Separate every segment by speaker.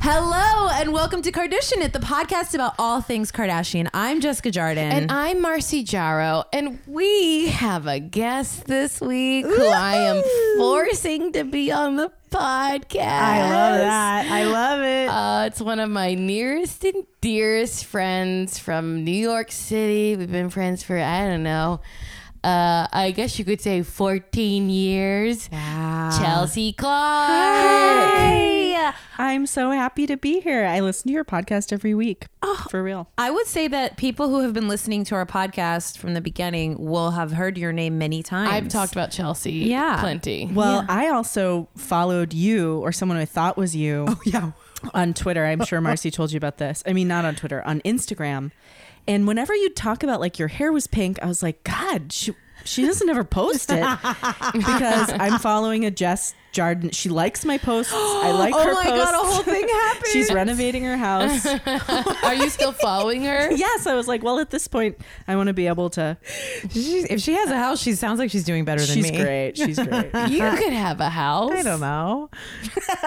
Speaker 1: Hello and welcome to Kardashian It, the podcast about all things Kardashian. I'm Jessica Jardin.
Speaker 2: Mm-hmm.
Speaker 3: And I'm Marcy Jarro, and we have a guest this week who I am forcing to be on the podcast.
Speaker 2: I love that. I love it.
Speaker 3: Uh, it's one of my nearest and dearest friends from New York City. We've been friends for, I don't know, uh, I guess you could say 14 years. Chelsea Clark.
Speaker 2: Hi. I'm so happy to be here. I listen to your podcast every week.
Speaker 1: Oh,
Speaker 2: for real.
Speaker 1: I would say that people who have been listening to our podcast from the beginning will have heard your name many times.
Speaker 3: I've talked about Chelsea
Speaker 1: Yeah.
Speaker 3: plenty.
Speaker 2: Well, I also followed you or someone I thought was you. Oh, yeah. On Twitter. I'm sure Marcy told you about this. I mean, not on Twitter, on Instagram. And whenever you talk about like your hair was pink, I was like, God, she, she doesn't ever post it because I'm following a Jess Jardin. She likes my posts. I like
Speaker 1: Oh
Speaker 2: her
Speaker 1: my
Speaker 2: posts.
Speaker 1: God, a whole thing happened.
Speaker 2: She's renovating her house.
Speaker 3: Are you still following her?
Speaker 2: yes, I was like, well, at this point, I want to be able to.
Speaker 1: She's- if she has a house, she sounds like she's doing better than
Speaker 2: She's
Speaker 1: me.
Speaker 2: great. She's great.
Speaker 3: You could have a house.
Speaker 1: I don't know.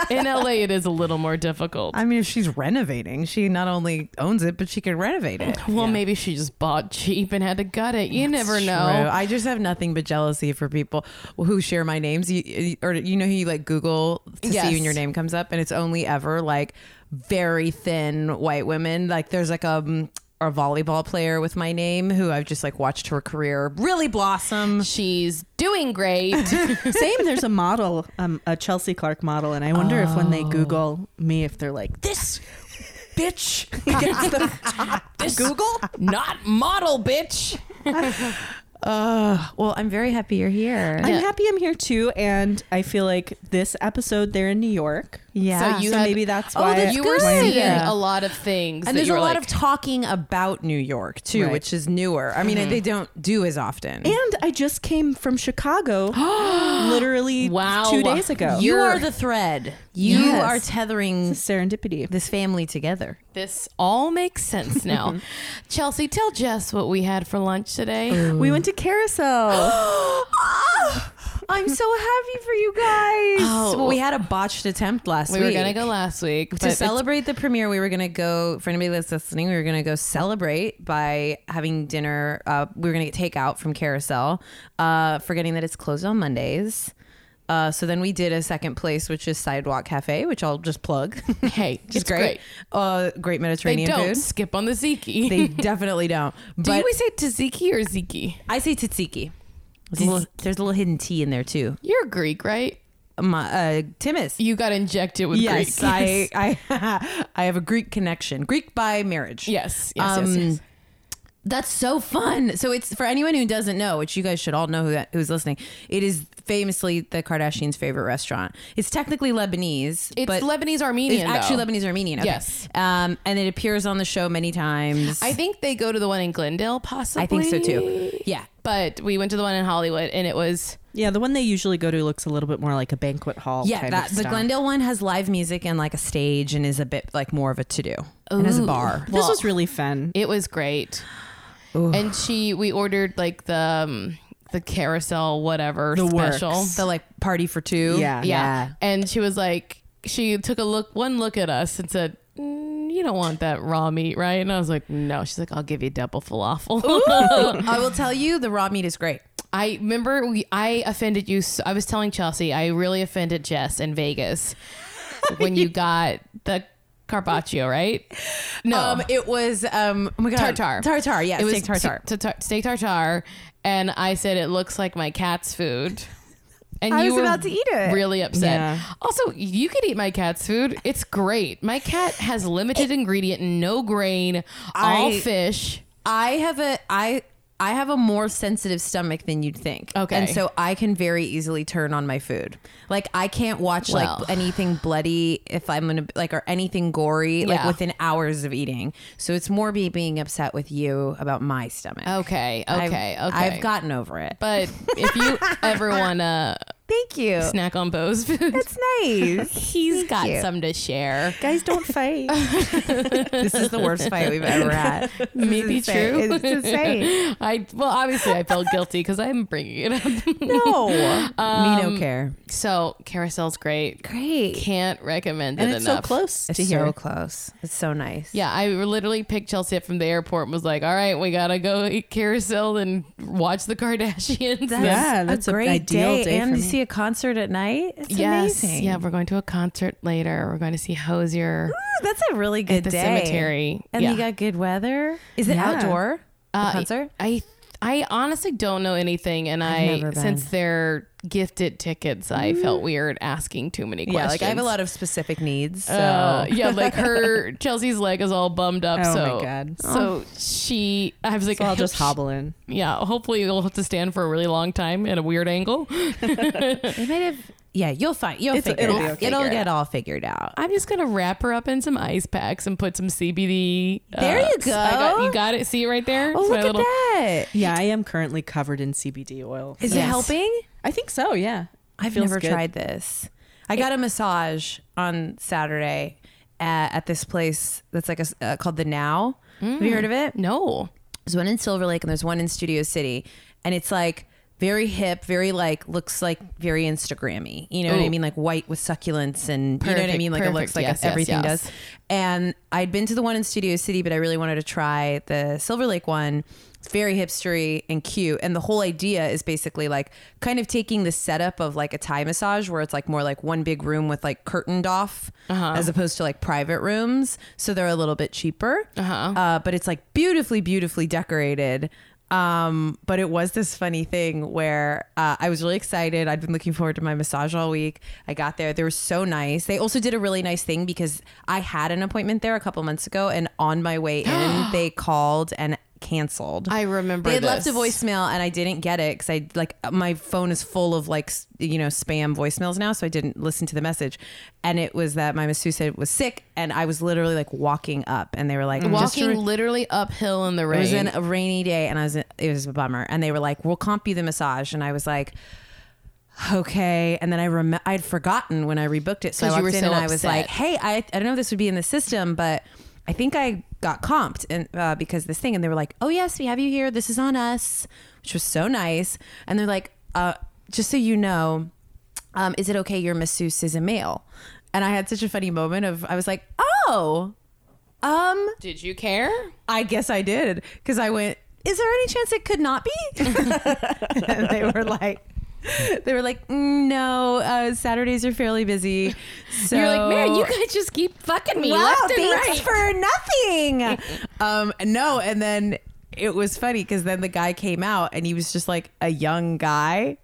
Speaker 3: In LA, it is a little more difficult.
Speaker 1: I mean, if she's renovating, she not only owns it, but she can renovate it.
Speaker 3: well, maybe she just bought cheap and had to gut it. You never
Speaker 1: True.
Speaker 3: know.
Speaker 1: I just have nothing but jealousy for people who share my names. You, you- or you know who you like Google to
Speaker 3: Yes.
Speaker 1: see when your name comes up, and it's only ever like very thin white women. Like there's like a. um, a volleyball player with my name who I've just like watched her career really blossom.
Speaker 3: She's doing great.
Speaker 2: Same. There's a model, um, a Chelsea Clark model, and I wonder if when they Google me, if they're like,
Speaker 1: This bitch gets the top this Google.
Speaker 3: Not model, bitch.
Speaker 1: Uh, well, I'm very happy you're here.
Speaker 2: "I'm
Speaker 3: Yeah.
Speaker 2: happy I'm here too," and I feel like this episode they're in New York.
Speaker 1: yeah.
Speaker 3: So you
Speaker 2: so
Speaker 3: had-
Speaker 2: maybe that's
Speaker 1: Oh,
Speaker 2: why
Speaker 1: that's
Speaker 3: you
Speaker 1: good.
Speaker 3: were
Speaker 2: why I'm
Speaker 3: seeing
Speaker 2: here.
Speaker 1: Yeah.
Speaker 3: a lot of things.
Speaker 1: and
Speaker 3: that
Speaker 1: there's
Speaker 3: you
Speaker 1: a
Speaker 3: were
Speaker 1: lot
Speaker 3: like,
Speaker 1: of talking about New York too,
Speaker 2: Right.
Speaker 1: which is newer. I mean, they don't do as often.
Speaker 2: And I just came from Chicago, literally
Speaker 3: Wow.
Speaker 2: two days ago.
Speaker 1: You
Speaker 3: You're-
Speaker 1: are the thread. You
Speaker 2: Yes.
Speaker 1: are tethering
Speaker 2: serendipity.
Speaker 1: this family together.
Speaker 3: This all makes sense now. Chelsea, tell Jess what we had for lunch today.
Speaker 2: We went to Carousel.
Speaker 1: I'm so happy for you guys.
Speaker 3: Oh.
Speaker 1: Well, we had a botched attempt last
Speaker 3: we
Speaker 1: week.
Speaker 3: were gonna go last week but
Speaker 1: to
Speaker 3: it's-
Speaker 1: celebrate the premiere. We were gonna go for anybody that's listening. We were gonna go celebrate by having dinner. Uh, we were gonna get takeout from Carousel, uh, forgetting that it's closed on Mondays. Uh, so then we did a second place, which is Sidewalk Cafe, which I'll just plug.
Speaker 3: Hey,
Speaker 1: Which is
Speaker 3: it's great.
Speaker 1: Uh, great
Speaker 3: They
Speaker 1: Mediterranean
Speaker 3: don't
Speaker 1: food.
Speaker 3: skip on the Ziki.
Speaker 1: They definitely don't.
Speaker 3: Do you
Speaker 1: But
Speaker 3: always say tzatziki or ziki?
Speaker 1: I say tzatziki. There's a, little, there's a little hidden T in there too.
Speaker 3: You're Greek, right?
Speaker 1: My, uh, Timis.
Speaker 3: You got injected with
Speaker 1: Yes,
Speaker 3: Greek.
Speaker 1: I, I, I have a Greek connection. Greek by marriage.
Speaker 3: yes, yes, yes,
Speaker 1: Um,
Speaker 3: yes.
Speaker 1: That's so fun. So it's for anyone who doesn't know, which you guys should all know who that, who's listening. It is famously the Kardashians' favorite restaurant. It's technically Lebanese.
Speaker 3: It's
Speaker 1: but
Speaker 3: Lebanese Armenian.
Speaker 1: It's actually
Speaker 3: though.
Speaker 1: Lebanese Armenian. Okay.
Speaker 3: Yes.
Speaker 1: Um, and it appears on the show many times.
Speaker 3: I think they go to the one in Glendale, possibly.
Speaker 1: I think so too. Yeah.
Speaker 3: But we went to the one in Hollywood, and it was
Speaker 2: yeah, the one they usually go to looks a little bit more like a banquet hall.
Speaker 1: Yeah,
Speaker 2: kind
Speaker 1: that,
Speaker 2: of
Speaker 1: the
Speaker 2: style.
Speaker 1: Glendale one has live music and like a stage and is a bit like more of a to do and has a
Speaker 3: Ooh.
Speaker 1: bar.
Speaker 2: This was really fun.
Speaker 3: it was great. And she, we ordered like the um, the carousel, whatever
Speaker 2: The
Speaker 3: special.
Speaker 2: works.
Speaker 1: The like party for two.
Speaker 2: Yeah.
Speaker 3: yeah. and she was like, she took a look, one look at us, and said. "Mm, You don't want that raw meat, right? And I was like, no. She's like, I'll give you double falafel.
Speaker 1: I will tell you, the raw meat is great.
Speaker 3: I remember we, I offended you. So, I was telling Chelsea I really offended Jess in Vegas when you got the carpaccio, right? No,
Speaker 1: Um, it was um, oh my God.
Speaker 3: tartar.
Speaker 1: tartar. Yeah,
Speaker 3: it was
Speaker 1: steak tartar.
Speaker 3: t- t- steak tartar, and I said it looks like my cat's food. And
Speaker 1: I
Speaker 3: you
Speaker 1: was
Speaker 3: were
Speaker 1: about to eat it.
Speaker 3: Really upset.
Speaker 2: Yeah.
Speaker 3: Also, you could eat my cat's food. It's great. My cat has limited ingredient, no grain, all
Speaker 1: I-
Speaker 3: fish.
Speaker 1: I have a I. I have a more sensitive stomach than you'd think.
Speaker 3: Okay.
Speaker 1: And so I can very easily turn on my food. Like I can't watch
Speaker 3: Well.
Speaker 1: like anything bloody if I'm going to like or anything gory like
Speaker 3: Yeah.
Speaker 1: within hours of eating. So it's more me being upset with you about my stomach.
Speaker 3: Oh, Okay, okay,
Speaker 1: I've-
Speaker 3: okay.
Speaker 1: I've gotten over it.
Speaker 3: But if you ever want to
Speaker 1: Thank you.
Speaker 3: Snack on Bo's food.
Speaker 1: That's nice.
Speaker 3: He's
Speaker 1: Thank
Speaker 3: got
Speaker 1: you.
Speaker 3: some to share.
Speaker 2: Guys, don't fight.
Speaker 1: this is the worst fight we've ever had. This is
Speaker 3: Maybe
Speaker 1: insane.
Speaker 3: true.
Speaker 1: It's insane.
Speaker 3: I well, obviously, I felt guilty because I'm bringing it up.
Speaker 1: No, me no care.
Speaker 3: So Carousel's great.
Speaker 1: Great.
Speaker 3: Can't recommend
Speaker 2: and
Speaker 3: it
Speaker 2: it's
Speaker 3: enough.
Speaker 2: so close
Speaker 1: it's
Speaker 2: to
Speaker 1: so
Speaker 2: here.
Speaker 1: close. It's so nice.
Speaker 3: Yeah, I literally picked Chelsea up from the airport and was like, "All right, we gotta go eat Carousel and watch the Kardashians."
Speaker 1: That's
Speaker 2: Yeah, that's
Speaker 1: a
Speaker 2: a
Speaker 1: great
Speaker 2: ideal
Speaker 1: day,
Speaker 2: day
Speaker 1: and
Speaker 2: for
Speaker 1: to
Speaker 2: me.
Speaker 1: see a concert at night. It's
Speaker 3: yes,
Speaker 1: amazing.
Speaker 3: yeah, we're going to a concert later. We're going to see Hosier
Speaker 1: Ooh, Ah, that's a really good
Speaker 3: at the
Speaker 1: day.
Speaker 3: cemetery.
Speaker 1: and
Speaker 3: yeah.
Speaker 1: you got good weather. Is it
Speaker 2: Yeah.
Speaker 1: outdoor? The
Speaker 3: Uh,
Speaker 1: concert?
Speaker 3: I I honestly don't know anything, and i
Speaker 1: never been. Mm.
Speaker 3: since they're gifted tickets, I felt weird asking too many questions.
Speaker 1: Yeah, like I have a lot of specific needs. So
Speaker 3: Uh, yeah, like her Chelsea's leg is all bummed up.
Speaker 2: Oh my
Speaker 3: so
Speaker 2: God.
Speaker 3: so
Speaker 1: Oh.
Speaker 3: she I was like,
Speaker 2: So I'll
Speaker 3: "I
Speaker 2: just
Speaker 3: hope
Speaker 2: hobble in.
Speaker 3: she- Yeah, hopefully you'll have to stand for a really long time at a weird angle.
Speaker 1: they might have. Yeah, you'll find. You'll
Speaker 2: It's-
Speaker 1: figure.
Speaker 2: it'll
Speaker 1: it
Speaker 2: be
Speaker 1: out.
Speaker 2: okay.
Speaker 1: It'll
Speaker 3: Figure it
Speaker 1: get all figured out.
Speaker 3: I'm just gonna wrap her up in some ice packs and put some CBD.
Speaker 1: There you
Speaker 3: so uh, I got-
Speaker 1: go.
Speaker 3: you got it. See it right there.
Speaker 1: Oh,
Speaker 3: It's my
Speaker 1: look
Speaker 3: little-
Speaker 1: at that!
Speaker 2: Yeah, I am currently covered in CBD oil.
Speaker 1: Is it
Speaker 3: Yes.
Speaker 1: helping?
Speaker 2: I think so. Yeah,
Speaker 1: I've
Speaker 2: Feels
Speaker 1: never
Speaker 2: good.
Speaker 1: tried this. I got a massage on Saturday at, at this place that's like a s uh, called the Now. Have
Speaker 3: Mm.
Speaker 1: you heard of it?
Speaker 3: No.
Speaker 1: There's one in Silver Lake and there's one in Studio City, and it's like very hip, very like looks like very Instagrammy. You know what I
Speaker 3: Ooh.
Speaker 1: mean? Like white with succulents and you know what I
Speaker 3: Perfect,
Speaker 1: mean? Like it looks
Speaker 3: perfect.
Speaker 1: like
Speaker 3: Yes, yes,
Speaker 1: everything
Speaker 3: yes.
Speaker 1: does. And I'd been to the one in Studio City, but I really wanted to try the Silver Lake one. It's very hipstery and cute. And the whole idea is basically like kind of taking the setup of like a Thai massage where it's like more like one big room with like curtained off as opposed to like private rooms. So they're a little bit cheaper. Uh-huh. but it's like beautifully, beautifully decorated. Um, but it was this funny thing where uh, I was really excited. I'd been looking forward to my massage all week. I got there. They were so nice. They also did a really nice thing because I had an appointment there a couple months ago, and on my way in, they called and canceled.
Speaker 3: I remember
Speaker 1: They had left a
Speaker 3: this.
Speaker 1: voicemail, and I didn't get it because I like my phone is full of like s- you know spam voicemails now, so I didn't listen to the message. And it was that my masseuse said was sick, and I was literally like walking up, and they were like just
Speaker 3: Walking
Speaker 1: re-
Speaker 3: literally uphill in the
Speaker 1: it
Speaker 3: rain.
Speaker 1: was in a rainy day, and I was it was a bummer. And they were like, "We'll comp you the massage," and I was like, "Okay." And then I rem- I'd forgotten when I rebooked it, so I
Speaker 3: 'Cause
Speaker 1: walked
Speaker 3: you were
Speaker 1: in
Speaker 3: so
Speaker 1: and I was
Speaker 3: upset.
Speaker 1: like, "Hey, I, I don't know if this would be in the system, but I think I got comped and uh, because of this thing." And they were like, "Oh yes, we have you here. This is on us," which was so nice. And they're like, uh, "Just so you know." um, is it okay your masseuse is a male? And I had such a funny moment of I was like, oh, um,
Speaker 3: Did you care?
Speaker 1: I guess I did because I went. Is there any chance it could not be? and they were like, they were like, "Mm, no. Uh, Saturdays are fairly busy. So
Speaker 3: You're like, man, you guys just keep fucking me
Speaker 1: wow,
Speaker 3: left and right.
Speaker 1: thanks for nothing. um, no, and then it was funny because then the guy came out and he was just like a young guy.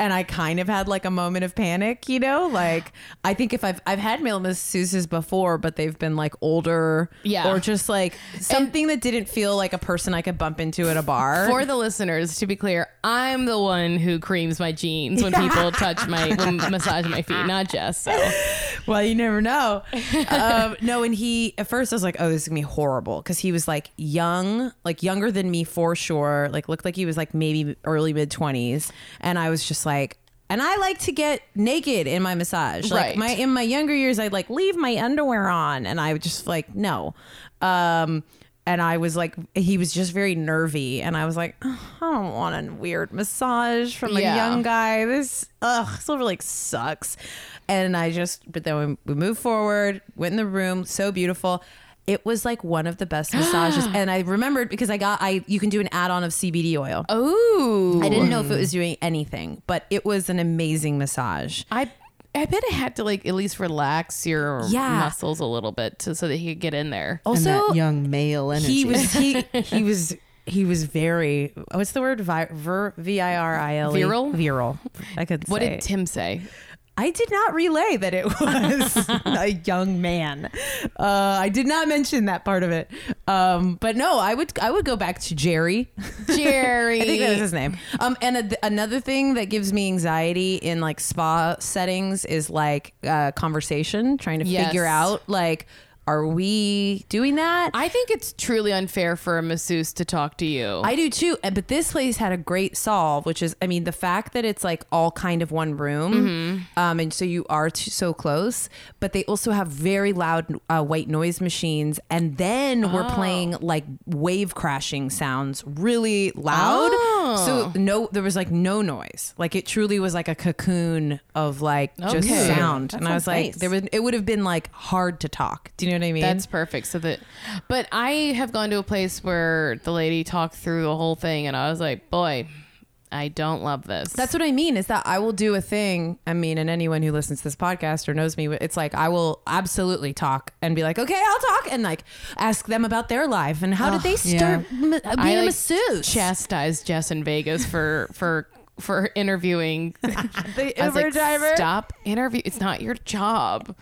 Speaker 1: And I kind of had like a moment of panic, you know, like I think if I've I've had male masseuses before, but they've been like older,
Speaker 3: Yeah.
Speaker 1: or just like something that didn't feel like a person I could bump into at a bar.
Speaker 3: For the listeners, to be clear, I'm the one who creams my jeans when people touch my, when massage my feet, not Jess. So
Speaker 1: well, you never know. um, no, and he at first I was like, oh, this is gonna be horrible because he was like young, like younger than me for sure. Like looked like he was like maybe early mid twenties, and I was just like. And I like to get naked in my massage. Like
Speaker 3: Right.
Speaker 1: my in my younger years, I'd like leave my underwear on, and I would just like no. Um, and I was like, he was just very nervy, and I was like, "Ugh, I don't want a weird massage from a
Speaker 3: Yeah.
Speaker 1: young guy. This ugh, Silver Lake sucks. And I just, but then we, we moved forward, went in the room, so beautiful. It was like one of the best massages, and I remembered because I got I you can do an add on of CBD oil.
Speaker 3: Ooh.
Speaker 1: I didn't know if it was doing anything, but it was an amazing massage.
Speaker 3: I I bet it had to like at least relax your
Speaker 1: Yeah.
Speaker 3: muscles a little bit to, so that he could get in there.
Speaker 2: And
Speaker 1: Also,
Speaker 2: that young male energy.
Speaker 1: he was he he was he was very what's the word Vi- vir, v i r i l e
Speaker 3: Virile?
Speaker 1: virile. I could
Speaker 3: What
Speaker 1: say.
Speaker 3: did Tim say?
Speaker 1: I did not relay that it was a young man. Uh, I did not mention that part of it. Um, but no, I would I would go back to Jerry.
Speaker 3: Jerry.
Speaker 1: I think that was his name. Um, and a, another thing that gives me anxiety in like spa settings is like uh, conversation, trying to
Speaker 3: Yes.
Speaker 1: figure out like. Are we doing that?
Speaker 3: I think it's truly unfair for a masseuse to talk to you.
Speaker 1: I do too. uh, But this place had a great solve, which is, I mean, the fact that it's like all kind of one room,
Speaker 3: Mm-hmm.
Speaker 1: um, and so you are t- so close. But they also have very loud uh, white noise machines, and then
Speaker 3: Oh.
Speaker 1: we're playing like wave crashing sounds, really loud.
Speaker 3: Oh.
Speaker 1: So no, there was like no noise. Like it truly was like a cocoon of like just
Speaker 3: Okay.
Speaker 1: sound.
Speaker 2: That
Speaker 1: and I was
Speaker 2: sounds
Speaker 1: like,
Speaker 2: nice.
Speaker 1: there was it would have been like hard to talk. Do you know what I mean?
Speaker 3: That's perfect. So that, but I have gone to a place where the lady talked through the whole thing, and I was like, boy, I don't love this.
Speaker 1: That's what I mean is that I will do a thing. I mean, and anyone who listens to this podcast or knows me, it's like I will absolutely talk and be like, okay, I'll talk and like ask them about their life and how did they
Speaker 2: yeah.
Speaker 1: start m- being
Speaker 3: I
Speaker 1: a
Speaker 3: like,
Speaker 1: masseuse.
Speaker 3: chastised Jess in Vegas for for for interviewing
Speaker 1: the
Speaker 3: I was like, Stop interview. It's not your job.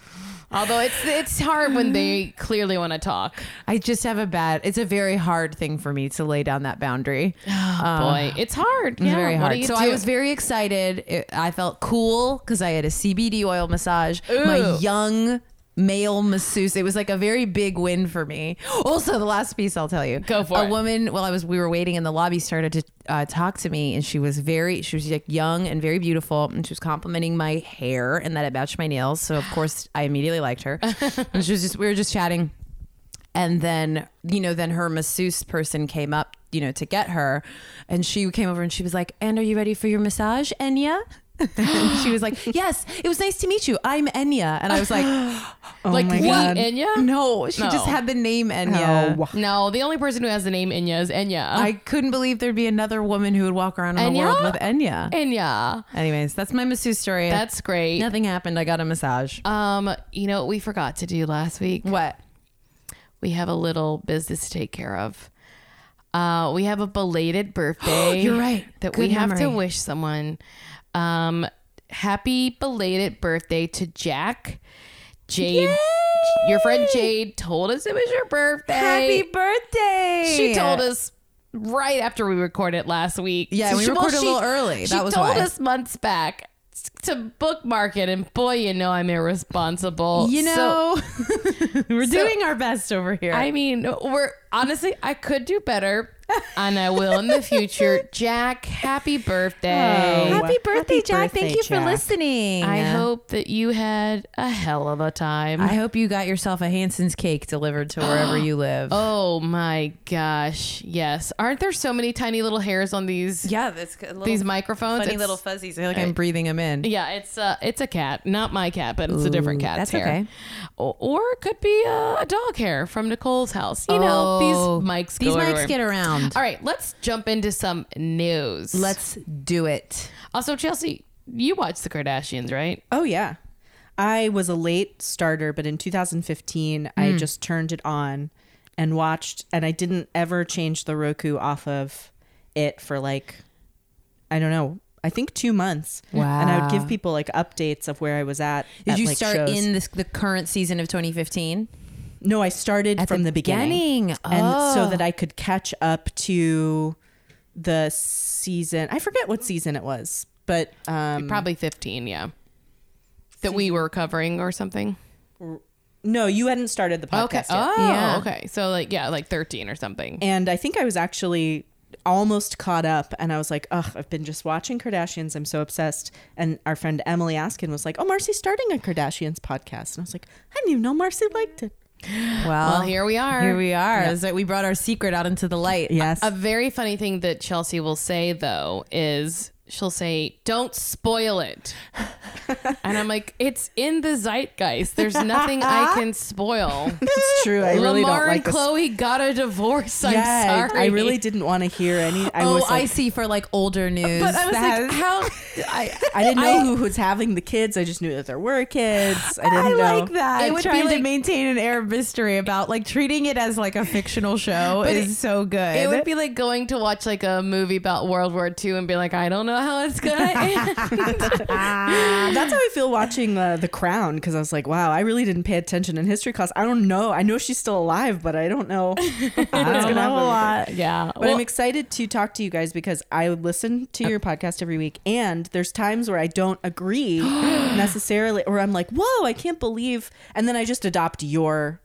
Speaker 3: Although it's it's hard when they clearly want to talk.
Speaker 1: I just have a bad. It's a very hard thing for me to lay down that boundary.
Speaker 3: Oh,
Speaker 1: Um,
Speaker 3: Boy, it's hard.
Speaker 1: Uh, It's
Speaker 3: yeah,
Speaker 1: very
Speaker 3: what do
Speaker 1: hard.
Speaker 3: you
Speaker 1: So
Speaker 3: do?
Speaker 1: I was very excited. It, I felt cool because I had a CBD oil massage. My
Speaker 3: Ooh.
Speaker 1: young male masseuse. It was like a very big win for me. Also, the last piece I'll tell you.
Speaker 3: Go for
Speaker 1: a
Speaker 3: it.
Speaker 1: woman. While I was, we were waiting in the lobby, started to uh, talk to me, and she was very, she was like young and very beautiful, and she was complimenting my hair and that it matched my nails. So of course, I immediately liked her. and she was just, we were just chatting and then you know then her masseuse person came up you know to get her and she came over and she was like and are you ready for your massage enya and she was like yes it was nice to meet you i'm enya and i was like
Speaker 2: Oh
Speaker 3: like,
Speaker 2: my
Speaker 3: what,
Speaker 2: god.
Speaker 3: Enya?
Speaker 1: no she
Speaker 3: No.
Speaker 1: just had the name enya
Speaker 2: No.
Speaker 3: No, the only person who has the name Enya is Enya.
Speaker 1: i couldn't believe there'd be another woman who would walk around in the
Speaker 3: Oh. Enya?
Speaker 1: world with enya
Speaker 3: Enya.
Speaker 1: anyways that's my masseuse story
Speaker 3: That's great.
Speaker 1: nothing happened i got a massage
Speaker 3: Um, you know what we forgot to do last week?
Speaker 1: what
Speaker 3: We have a little business to take care of. Uh, we have a belated birthday.
Speaker 1: You're right.
Speaker 3: That
Speaker 1: Good
Speaker 3: we have to
Speaker 1: memory.
Speaker 3: wish someone. Um, happy belated birthday to Jack. Jade, your friend Jade told us it was your birthday.
Speaker 1: happy birthday
Speaker 3: She told us right after we recorded last week.
Speaker 1: Yeah, we
Speaker 3: She-
Speaker 1: recorded a little early.
Speaker 3: She
Speaker 1: That was
Speaker 3: told
Speaker 1: why.
Speaker 3: us months back to bookmark it, and boy, you know I'm irresponsible.
Speaker 1: you
Speaker 3: So,
Speaker 1: know we're
Speaker 3: So-
Speaker 1: doing our best over here
Speaker 3: I mean, we're honestly, I could do better, and I will in the future. Jack, happy birthday!
Speaker 2: Oh.
Speaker 1: Happy
Speaker 2: Happy
Speaker 1: birthday, Jack.
Speaker 2: birthday,
Speaker 1: Thank you
Speaker 2: Jack.
Speaker 1: for listening.
Speaker 3: I hope that you had a hell of a time.
Speaker 1: I hope you got yourself a Hanson's cake delivered to wherever you live.
Speaker 3: oh my gosh, yes! Aren't there so many tiny little hairs on these
Speaker 1: yeah, that's a little
Speaker 3: these microphones? It's-
Speaker 1: fuzzies. I feel like I'm breathing them in.
Speaker 3: Yeah, it's a it's a cat, not my cat, but it's a different
Speaker 1: Ooh, that's
Speaker 3: cat's hair.
Speaker 1: okay.
Speaker 3: O- Or, it could be a, a dog hair from Nicole's house. You know,
Speaker 1: Oh,
Speaker 3: these mics.
Speaker 1: These
Speaker 3: go
Speaker 1: mics
Speaker 3: everywhere.
Speaker 1: get around.
Speaker 3: All right, let's jump into some news.
Speaker 1: Let's do it.
Speaker 3: Also, Chelsea, you watch the Kardashians, right?
Speaker 2: Oh yeah. I was a late starter, but in 2015 I
Speaker 1: Hmm.
Speaker 2: just turned it on and watched and I didn't ever change the Roku off of it for like I don't know, I think 2 months. And I would
Speaker 1: Wow.
Speaker 2: give people like updates of where I was at.
Speaker 1: Did
Speaker 2: at,
Speaker 1: you
Speaker 2: like,
Speaker 1: start
Speaker 2: shows.
Speaker 1: in this, the current season of 2015?
Speaker 2: No, I started from the, beginning. and
Speaker 3: Oh.
Speaker 2: so that I could catch up to the season. I forget what season it was, but um,
Speaker 3: Probably fifteen, yeah. That we were covering or something.
Speaker 2: no, you hadn't started the podcast
Speaker 3: Okay.
Speaker 2: yet.
Speaker 3: Oh,
Speaker 1: Yeah.
Speaker 3: okay. So like, yeah, like thirteen or something.
Speaker 2: And I think I was actually almost caught up and I was like, ugh, I've been just watching Kardashians. I'm so obsessed. And our friend Emily Askin was like, oh, Marcy's starting a Kardashians podcast. And I was like, I didn't even know Marcy liked it.
Speaker 1: well,
Speaker 3: Oh. well, here we are.
Speaker 1: Here we are. Is that we brought our secret out into the light.
Speaker 2: Yes.
Speaker 3: A very funny thing that Chelsea will say though is she'll say, "Don't spoil it," and I'm like, "It's in the zeitgeist. There's nothing I can spoil."
Speaker 2: it's true. I really
Speaker 3: Lamar
Speaker 2: don't like
Speaker 3: and
Speaker 2: this.
Speaker 3: Chloe got a divorce.
Speaker 2: yeah,
Speaker 3: I'm
Speaker 2: I-
Speaker 3: sorry.
Speaker 2: I really didn't want to hear any. I
Speaker 1: oh,
Speaker 2: was
Speaker 1: I
Speaker 2: like,
Speaker 1: see. For like older news,
Speaker 3: But I was
Speaker 1: That-
Speaker 3: like, how?
Speaker 2: I, I didn't know who was having the kids. I just knew that there were kids. I didn't
Speaker 1: I
Speaker 2: know.
Speaker 1: like that.
Speaker 3: It would
Speaker 1: Trying
Speaker 3: be
Speaker 1: to
Speaker 3: like-
Speaker 1: maintain an air of mystery about like treating it as like a fictional show
Speaker 3: But
Speaker 1: is
Speaker 3: it-
Speaker 1: so good.
Speaker 3: It would be like going to watch like a movie about World War II and be like, I don't know know how it's gonna
Speaker 2: That's how I feel watching uh, The Crown because I was like, wow, I really didn't pay attention in history class. I don't know. I know she's still alive, but I don't know.
Speaker 1: I don't
Speaker 2: gonna
Speaker 1: know
Speaker 2: happen.
Speaker 1: a lot.
Speaker 3: end. yeah.
Speaker 2: But I'm excited to talk to you guys because I listen
Speaker 1: Uh,
Speaker 2: to your podcast every week, and there's times where I don't agree necessarily, or I'm like, whoa, I can't believe. And then I just adopt your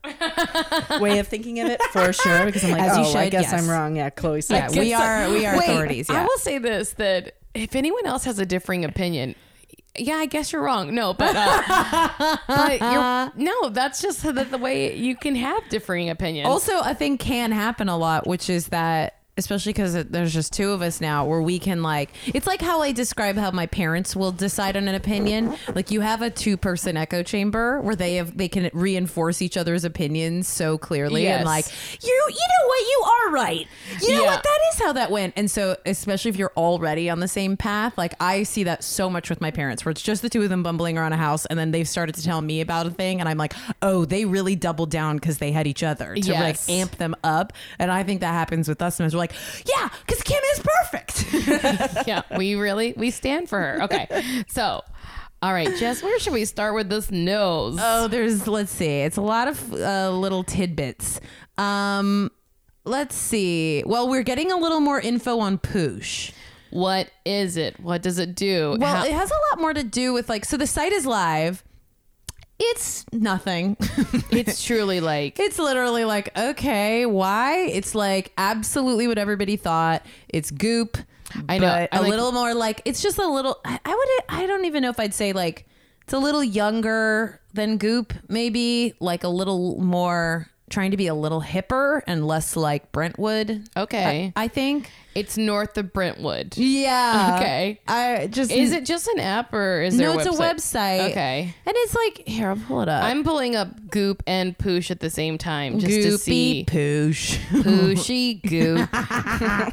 Speaker 2: way of thinking of it for sure because I'm like,
Speaker 1: As you
Speaker 2: oh, I
Speaker 1: should,
Speaker 2: guess
Speaker 1: yes.
Speaker 2: I'm wrong. Yeah, Chloe
Speaker 1: Yeah,
Speaker 2: said.
Speaker 1: we are we are
Speaker 3: Wait,
Speaker 1: authorities.
Speaker 3: I
Speaker 1: Yeah.
Speaker 3: will say this that if anyone else has a differing opinion, yeah, I guess you're wrong. No, but, uh, but you're, no, that's just the, the way you can have differing opinions.
Speaker 1: Also, a thing can happen a lot, which is that especially because there's just two of us now where we can like it's like how i describe how my parents will decide on an opinion like you have a two person echo chamber where they have they can reinforce each other's opinions so clearly
Speaker 3: Yes.
Speaker 1: and like you you know what you are right you know
Speaker 3: Yeah.
Speaker 1: what that is how that went and so especially if you're already on the same path like i see that so much with my parents where it's just the two of them bumbling around a house and then they've started to tell me about a thing and i'm like oh they really doubled down because they had each other to
Speaker 3: Yes.
Speaker 1: like amp them up. And I think that happens with us. And we're like, yeah, because Kim is perfect.
Speaker 3: yeah, we really we stand for her. Okay, so all right, Jess, where should we start with this nose?
Speaker 1: oh, there's, let's see, it's a lot of uh, little tidbits. Um, let's see. Well, we're getting a little more info on Poosh.
Speaker 3: what is it? What does it do?
Speaker 1: Well,
Speaker 3: How-
Speaker 1: it has a lot more to do with like, so the site is live. It's nothing.
Speaker 3: it's truly like
Speaker 1: It's literally like, okay, why? It's like absolutely what everybody thought. It's goop.
Speaker 3: I know.
Speaker 1: but
Speaker 3: I'm
Speaker 1: a
Speaker 3: like-
Speaker 1: little more like it's just a little. I, I would. I don't even know if I'd say like it's a little younger than goop. Maybe like a little more trying to be a little hipper and less like Brentwood.
Speaker 3: okay,
Speaker 1: I think.
Speaker 3: it's north of Brentwood.
Speaker 1: Yeah.
Speaker 3: Okay.
Speaker 1: I just
Speaker 3: Is it just an app or is there
Speaker 1: No, it's a website.
Speaker 3: Okay.
Speaker 1: And it's like here. I'll pull it up.
Speaker 3: I'm pulling up Goop and Poosh at the same time just to see
Speaker 1: Goopy poosh.
Speaker 3: Pooshy Goop.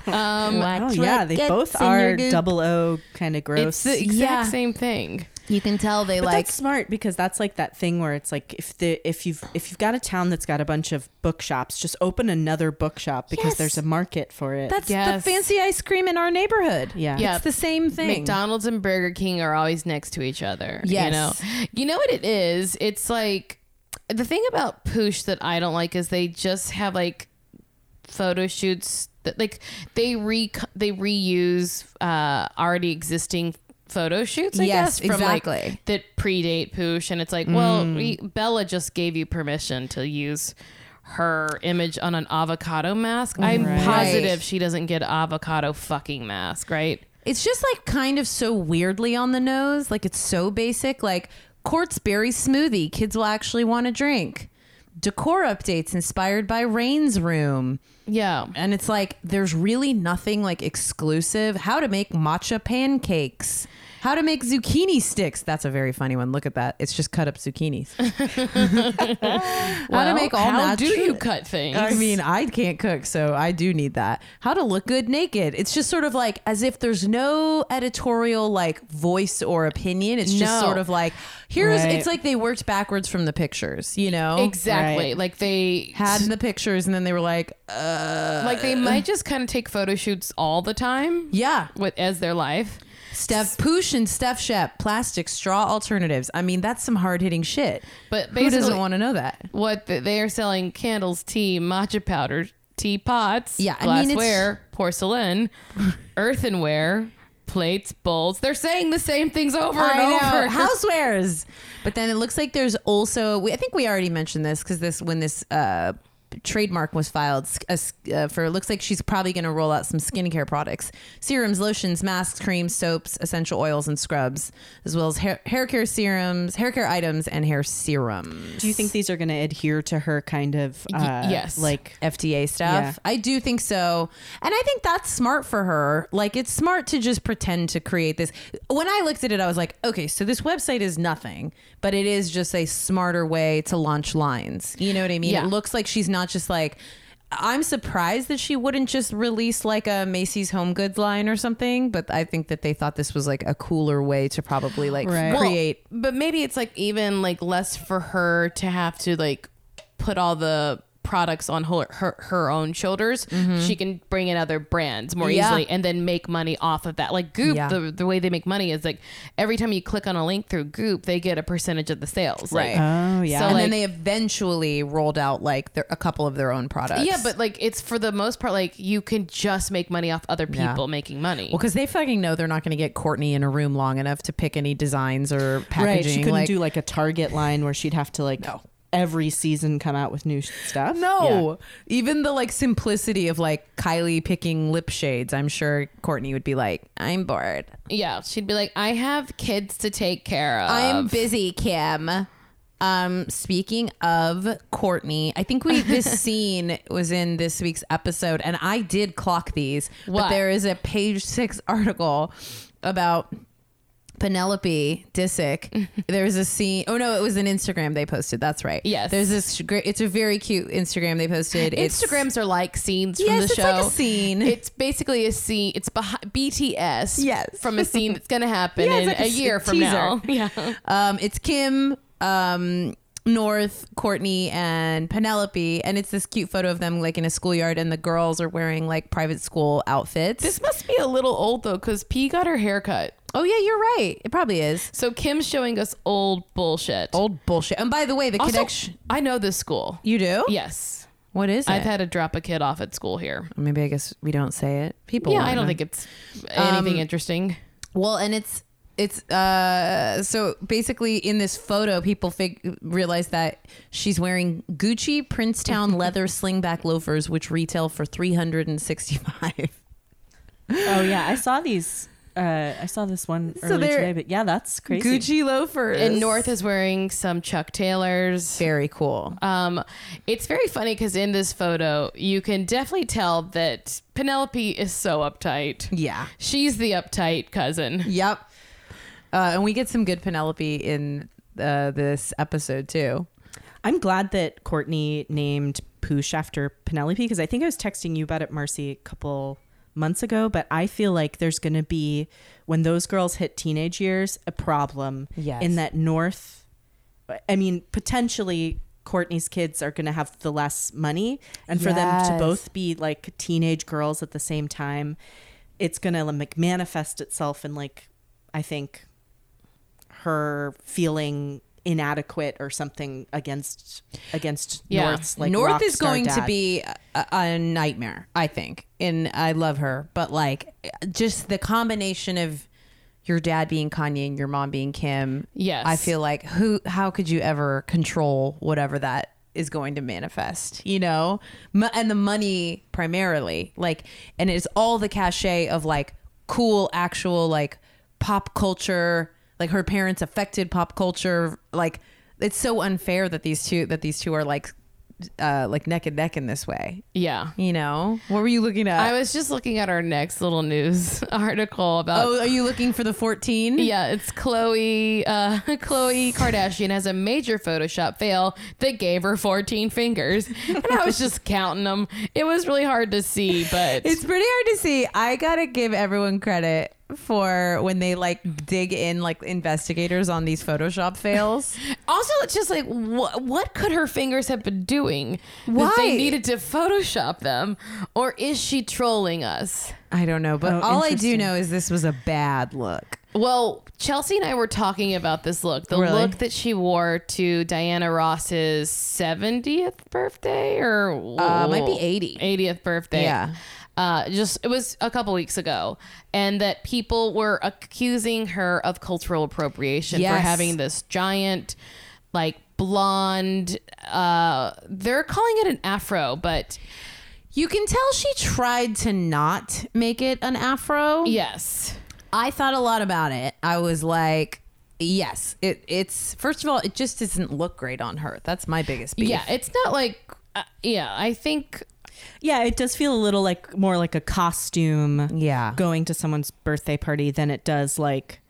Speaker 1: Um,
Speaker 2: Oh, yeah, they both are double O kind of
Speaker 3: it's
Speaker 2: gross.
Speaker 3: the exact
Speaker 1: Yeah.
Speaker 3: same thing.
Speaker 1: You can tell they
Speaker 2: But
Speaker 1: like
Speaker 2: that's smart because that's like that thing where it's like if the if you've if you've got a town that's got a bunch of bookshops, just open another bookshop because
Speaker 1: Yes.
Speaker 2: there's a market for it.
Speaker 1: That's
Speaker 3: Yes.
Speaker 1: the fancy ice cream in our neighborhood.
Speaker 2: Yeah.
Speaker 3: Yeah.
Speaker 1: It's the same thing.
Speaker 3: McDonald's and Burger King are always next to each other. You
Speaker 1: Yes.
Speaker 3: know, you know what it is? It's like the thing about Poosh that I don't like is they just have like photo shoots that like they re they reuse uh already existing photo shoots I
Speaker 1: Yes,
Speaker 3: guess from
Speaker 1: exactly.
Speaker 3: like that predate Poosh and it's like well
Speaker 2: Mm.
Speaker 3: we, Bella just gave you permission to use her image on an avocado mask I'm
Speaker 2: Right.
Speaker 3: positive she doesn't get avocado fucking mask right
Speaker 1: It's just like kind of so weirdly on the nose. Like it's so basic. Like Quartz Berry Smoothie, kids will actually want to drink. Decor updates inspired by Rain's room.
Speaker 3: yeah
Speaker 1: And it's like there's really nothing like exclusive. How to make matcha pancakes. How to make zucchini sticks. That's a very funny one. Look at that. It's just cut up zucchinis. how to
Speaker 3: Well,
Speaker 1: make all
Speaker 3: how do
Speaker 1: natural-
Speaker 3: you cut things?
Speaker 1: I mean, I can't cook, so I do need that. How to look good naked. It's just sort of like as if there's no editorial like voice or opinion. It's just
Speaker 3: No.
Speaker 1: sort of like here's
Speaker 2: Right.
Speaker 1: it's like they worked backwards from the pictures, you know?
Speaker 3: exactly.
Speaker 2: Oh, Right.
Speaker 3: Like they uh,
Speaker 1: Had the pictures and then they were like, uh,
Speaker 3: like they might just kind of take photo shoots all the time
Speaker 1: yeah,
Speaker 3: with as their life.
Speaker 1: Steph Poosh and Steph Shep, plastic straw alternatives. I mean, that's some hard hitting shit.
Speaker 3: But
Speaker 1: Who
Speaker 3: basically,
Speaker 1: doesn't want to know that?
Speaker 3: what the, they are selling candles, tea, matcha powder, teapots,
Speaker 1: Yeah, I mean, it's-
Speaker 3: glassware, porcelain, earthenware, plates, bowls. They're saying the same things over and over.
Speaker 1: housewares. But then it looks like there's also. We, I think we already mentioned this because this when this uh, trademark was filed uh, uh, for. It looks like she's probably going to roll out some skincare products, serums, lotions, masks, creams, soaps, essential oils, and scrubs, as well as hair, hair care serums, hair care items, and hair serums.
Speaker 2: Do you think these are going to adhere to her kind of
Speaker 3: Y-
Speaker 2: uh,
Speaker 3: yes.
Speaker 2: like
Speaker 1: FDA stuff.
Speaker 2: Yeah.
Speaker 1: I do think so. And I think that's smart for her. Like, it's smart to just pretend to create this. When I looked at it, I was like, okay, so this website is nothing, but it is just a smarter way to launch lines. You know what I mean?
Speaker 3: Yeah.
Speaker 1: It looks like she's not just like, I'm surprised that she wouldn't just release like a Macy's Home Goods line or something, but I think that they thought this was like a cooler way to probably like
Speaker 2: Right.
Speaker 3: Well,
Speaker 1: create.
Speaker 3: but maybe it's like even like less for her to have to like put all the products on her her, her own shoulders, she can bring in other brands more
Speaker 1: Mm-hmm. Yeah.
Speaker 3: easily and then make money off of that. Like Goop,
Speaker 1: Yeah.
Speaker 3: the, the way they make money is like every time you click on a link through Goop, they get a percentage of the sales. Like,
Speaker 1: Right.
Speaker 2: Oh yeah.
Speaker 3: So,
Speaker 1: and
Speaker 3: like-
Speaker 1: then they eventually rolled out like their, a couple of their own products.
Speaker 3: yeah, but like it's for the most part, like you can just make money off other people
Speaker 1: Yeah.
Speaker 3: making money.
Speaker 1: Well, because they fucking know they're not going to get Courtney in a room long enough to pick any designs or packaging.
Speaker 2: right. She couldn't
Speaker 1: like,
Speaker 2: do like a Target line where she'd have to like every season come out with new sh- stuff. Yeah.
Speaker 1: no. Even the like simplicity of like Kylie picking lip shades, I'm sure Courtney would be like, "I'm bored.
Speaker 3: yeah, she'd be like, I have kids to take care of.
Speaker 1: I'm busy, Kim." Um, speaking of Courtney, I think we this scene was in this week's episode, and I did clock these. But
Speaker 3: What?
Speaker 1: there is a page six article about Penelope Disick. There's a scene. Oh no, it was an Instagram they posted. That's right.
Speaker 3: Yes.
Speaker 1: There's this great. It's a very cute Instagram they posted. It's-
Speaker 3: Instagrams are like scenes from
Speaker 1: Yes,
Speaker 3: the
Speaker 1: it's
Speaker 3: show.
Speaker 1: like a scene.
Speaker 3: It's basically a scene. It's behind BTS.
Speaker 1: Yes.
Speaker 3: from a scene that's gonna happen
Speaker 1: Yeah, it's
Speaker 3: in
Speaker 1: like
Speaker 3: a,
Speaker 1: a s-
Speaker 3: year from
Speaker 1: teaser.
Speaker 3: now. Yeah.
Speaker 1: Um, it's Kim, um, North, Courtney, and Penelope, and it's this cute photo of them like in a schoolyard, and the girls are wearing like private school outfits.
Speaker 3: This must be a little old though, because P got her haircut.
Speaker 1: oh yeah, you're right. It probably is
Speaker 3: So Kim's showing us old bullshit.
Speaker 1: old bullshit. And by the way, the
Speaker 3: Also,
Speaker 1: connection
Speaker 3: I know this school.
Speaker 1: you do.
Speaker 3: Yes,
Speaker 1: What is it?
Speaker 3: I've had to drop a kid off at school here.
Speaker 1: Maybe I guess we don't say it. People.
Speaker 3: yeah,
Speaker 1: won't
Speaker 3: I don't
Speaker 1: know.
Speaker 3: think it's anything
Speaker 1: Um,
Speaker 3: interesting.
Speaker 1: Well, and it's it's uh so basically in this photo, people fig- realize that she's wearing Gucci Princetown leather slingback loafers, which retail for three hundred and sixty-five.
Speaker 2: Oh yeah. I saw these. Uh, I saw this one
Speaker 1: So
Speaker 2: earlier
Speaker 1: they're
Speaker 2: today, but yeah, that's crazy.
Speaker 1: Gucci loafers.
Speaker 3: And North is wearing some Chuck Taylors.
Speaker 1: very cool.
Speaker 3: Um, it's very funny because in this photo, you can definitely tell that Penelope is so uptight.
Speaker 1: Yeah.
Speaker 3: She's the uptight cousin.
Speaker 1: Yep. Uh, and we get some good Penelope in uh, this episode too.
Speaker 2: I'm glad that Courtney named Poosh after Penelope because I think I was texting you about it, Marcy, a couple months ago. But I feel like there's going to be, when those girls hit teenage years, a problem
Speaker 1: Yes.
Speaker 2: in that North. I mean, potentially Courtney's kids are going to have the less money. And for them
Speaker 1: Yes.
Speaker 2: to both be like teenage girls at the same time, it's going to like manifest itself in like, I think, her feeling inadequate or something against against
Speaker 3: Yeah.
Speaker 2: North's like
Speaker 1: North
Speaker 2: rock
Speaker 1: is
Speaker 2: star
Speaker 1: going to
Speaker 2: dad.
Speaker 1: be a, a nightmare, I think. And I love her, but like just the combination of your dad being Kanye and your mom being Kim.
Speaker 3: Yes.
Speaker 1: I feel like who how could you ever control whatever that is going to manifest, you know? M- and the money primarily. Like and it's all the cachet of like cool actual like pop culture, like her parents affected pop culture, like it's so unfair that these two that these two are like uh like neck and neck in this way.
Speaker 3: Yeah.
Speaker 1: You know? What were you looking at?
Speaker 3: I was just looking at our next little news article about.
Speaker 1: oh, are you looking for the 14?
Speaker 3: Yeah, it's Chloe. Uh, Chloe Kardashian has a major Photoshop fail that gave her 14 fingers, and I was just counting them. It was really hard to see, but
Speaker 1: It's pretty hard to see. I gotta give everyone credit for when they like dig in like investigators on these Photoshop fails.
Speaker 3: Also, it's just like what what could her fingers have been doing that
Speaker 1: Why?
Speaker 3: they needed to Photoshop them, or is she trolling us?
Speaker 1: I don't know, but
Speaker 2: Oh,
Speaker 1: all I do
Speaker 2: interesting.
Speaker 1: know is this was a bad look.
Speaker 3: Well, Chelsea and I were talking about this look, the
Speaker 2: Really?
Speaker 3: look that she wore to Diana Ross's seventieth birthday, or
Speaker 1: Uh, might be 80.
Speaker 3: 80th birthday.
Speaker 1: Yeah.
Speaker 3: Uh, just it was a couple weeks ago, and that people were accusing her of cultural appropriation for
Speaker 1: Yes.
Speaker 3: having this giant, like blonde. Uh, they're calling it an afro, but
Speaker 1: You can tell she tried to not make it an afro.
Speaker 3: yes,
Speaker 1: I thought a lot about it. I was like, yes, it, it's first of all, it just doesn't look great on her. That's my biggest beef.
Speaker 3: yeah, it's not like uh, yeah. I think
Speaker 2: yeah it does feel a little like more like a costume
Speaker 1: Yeah.
Speaker 2: going to someone's birthday party than it does like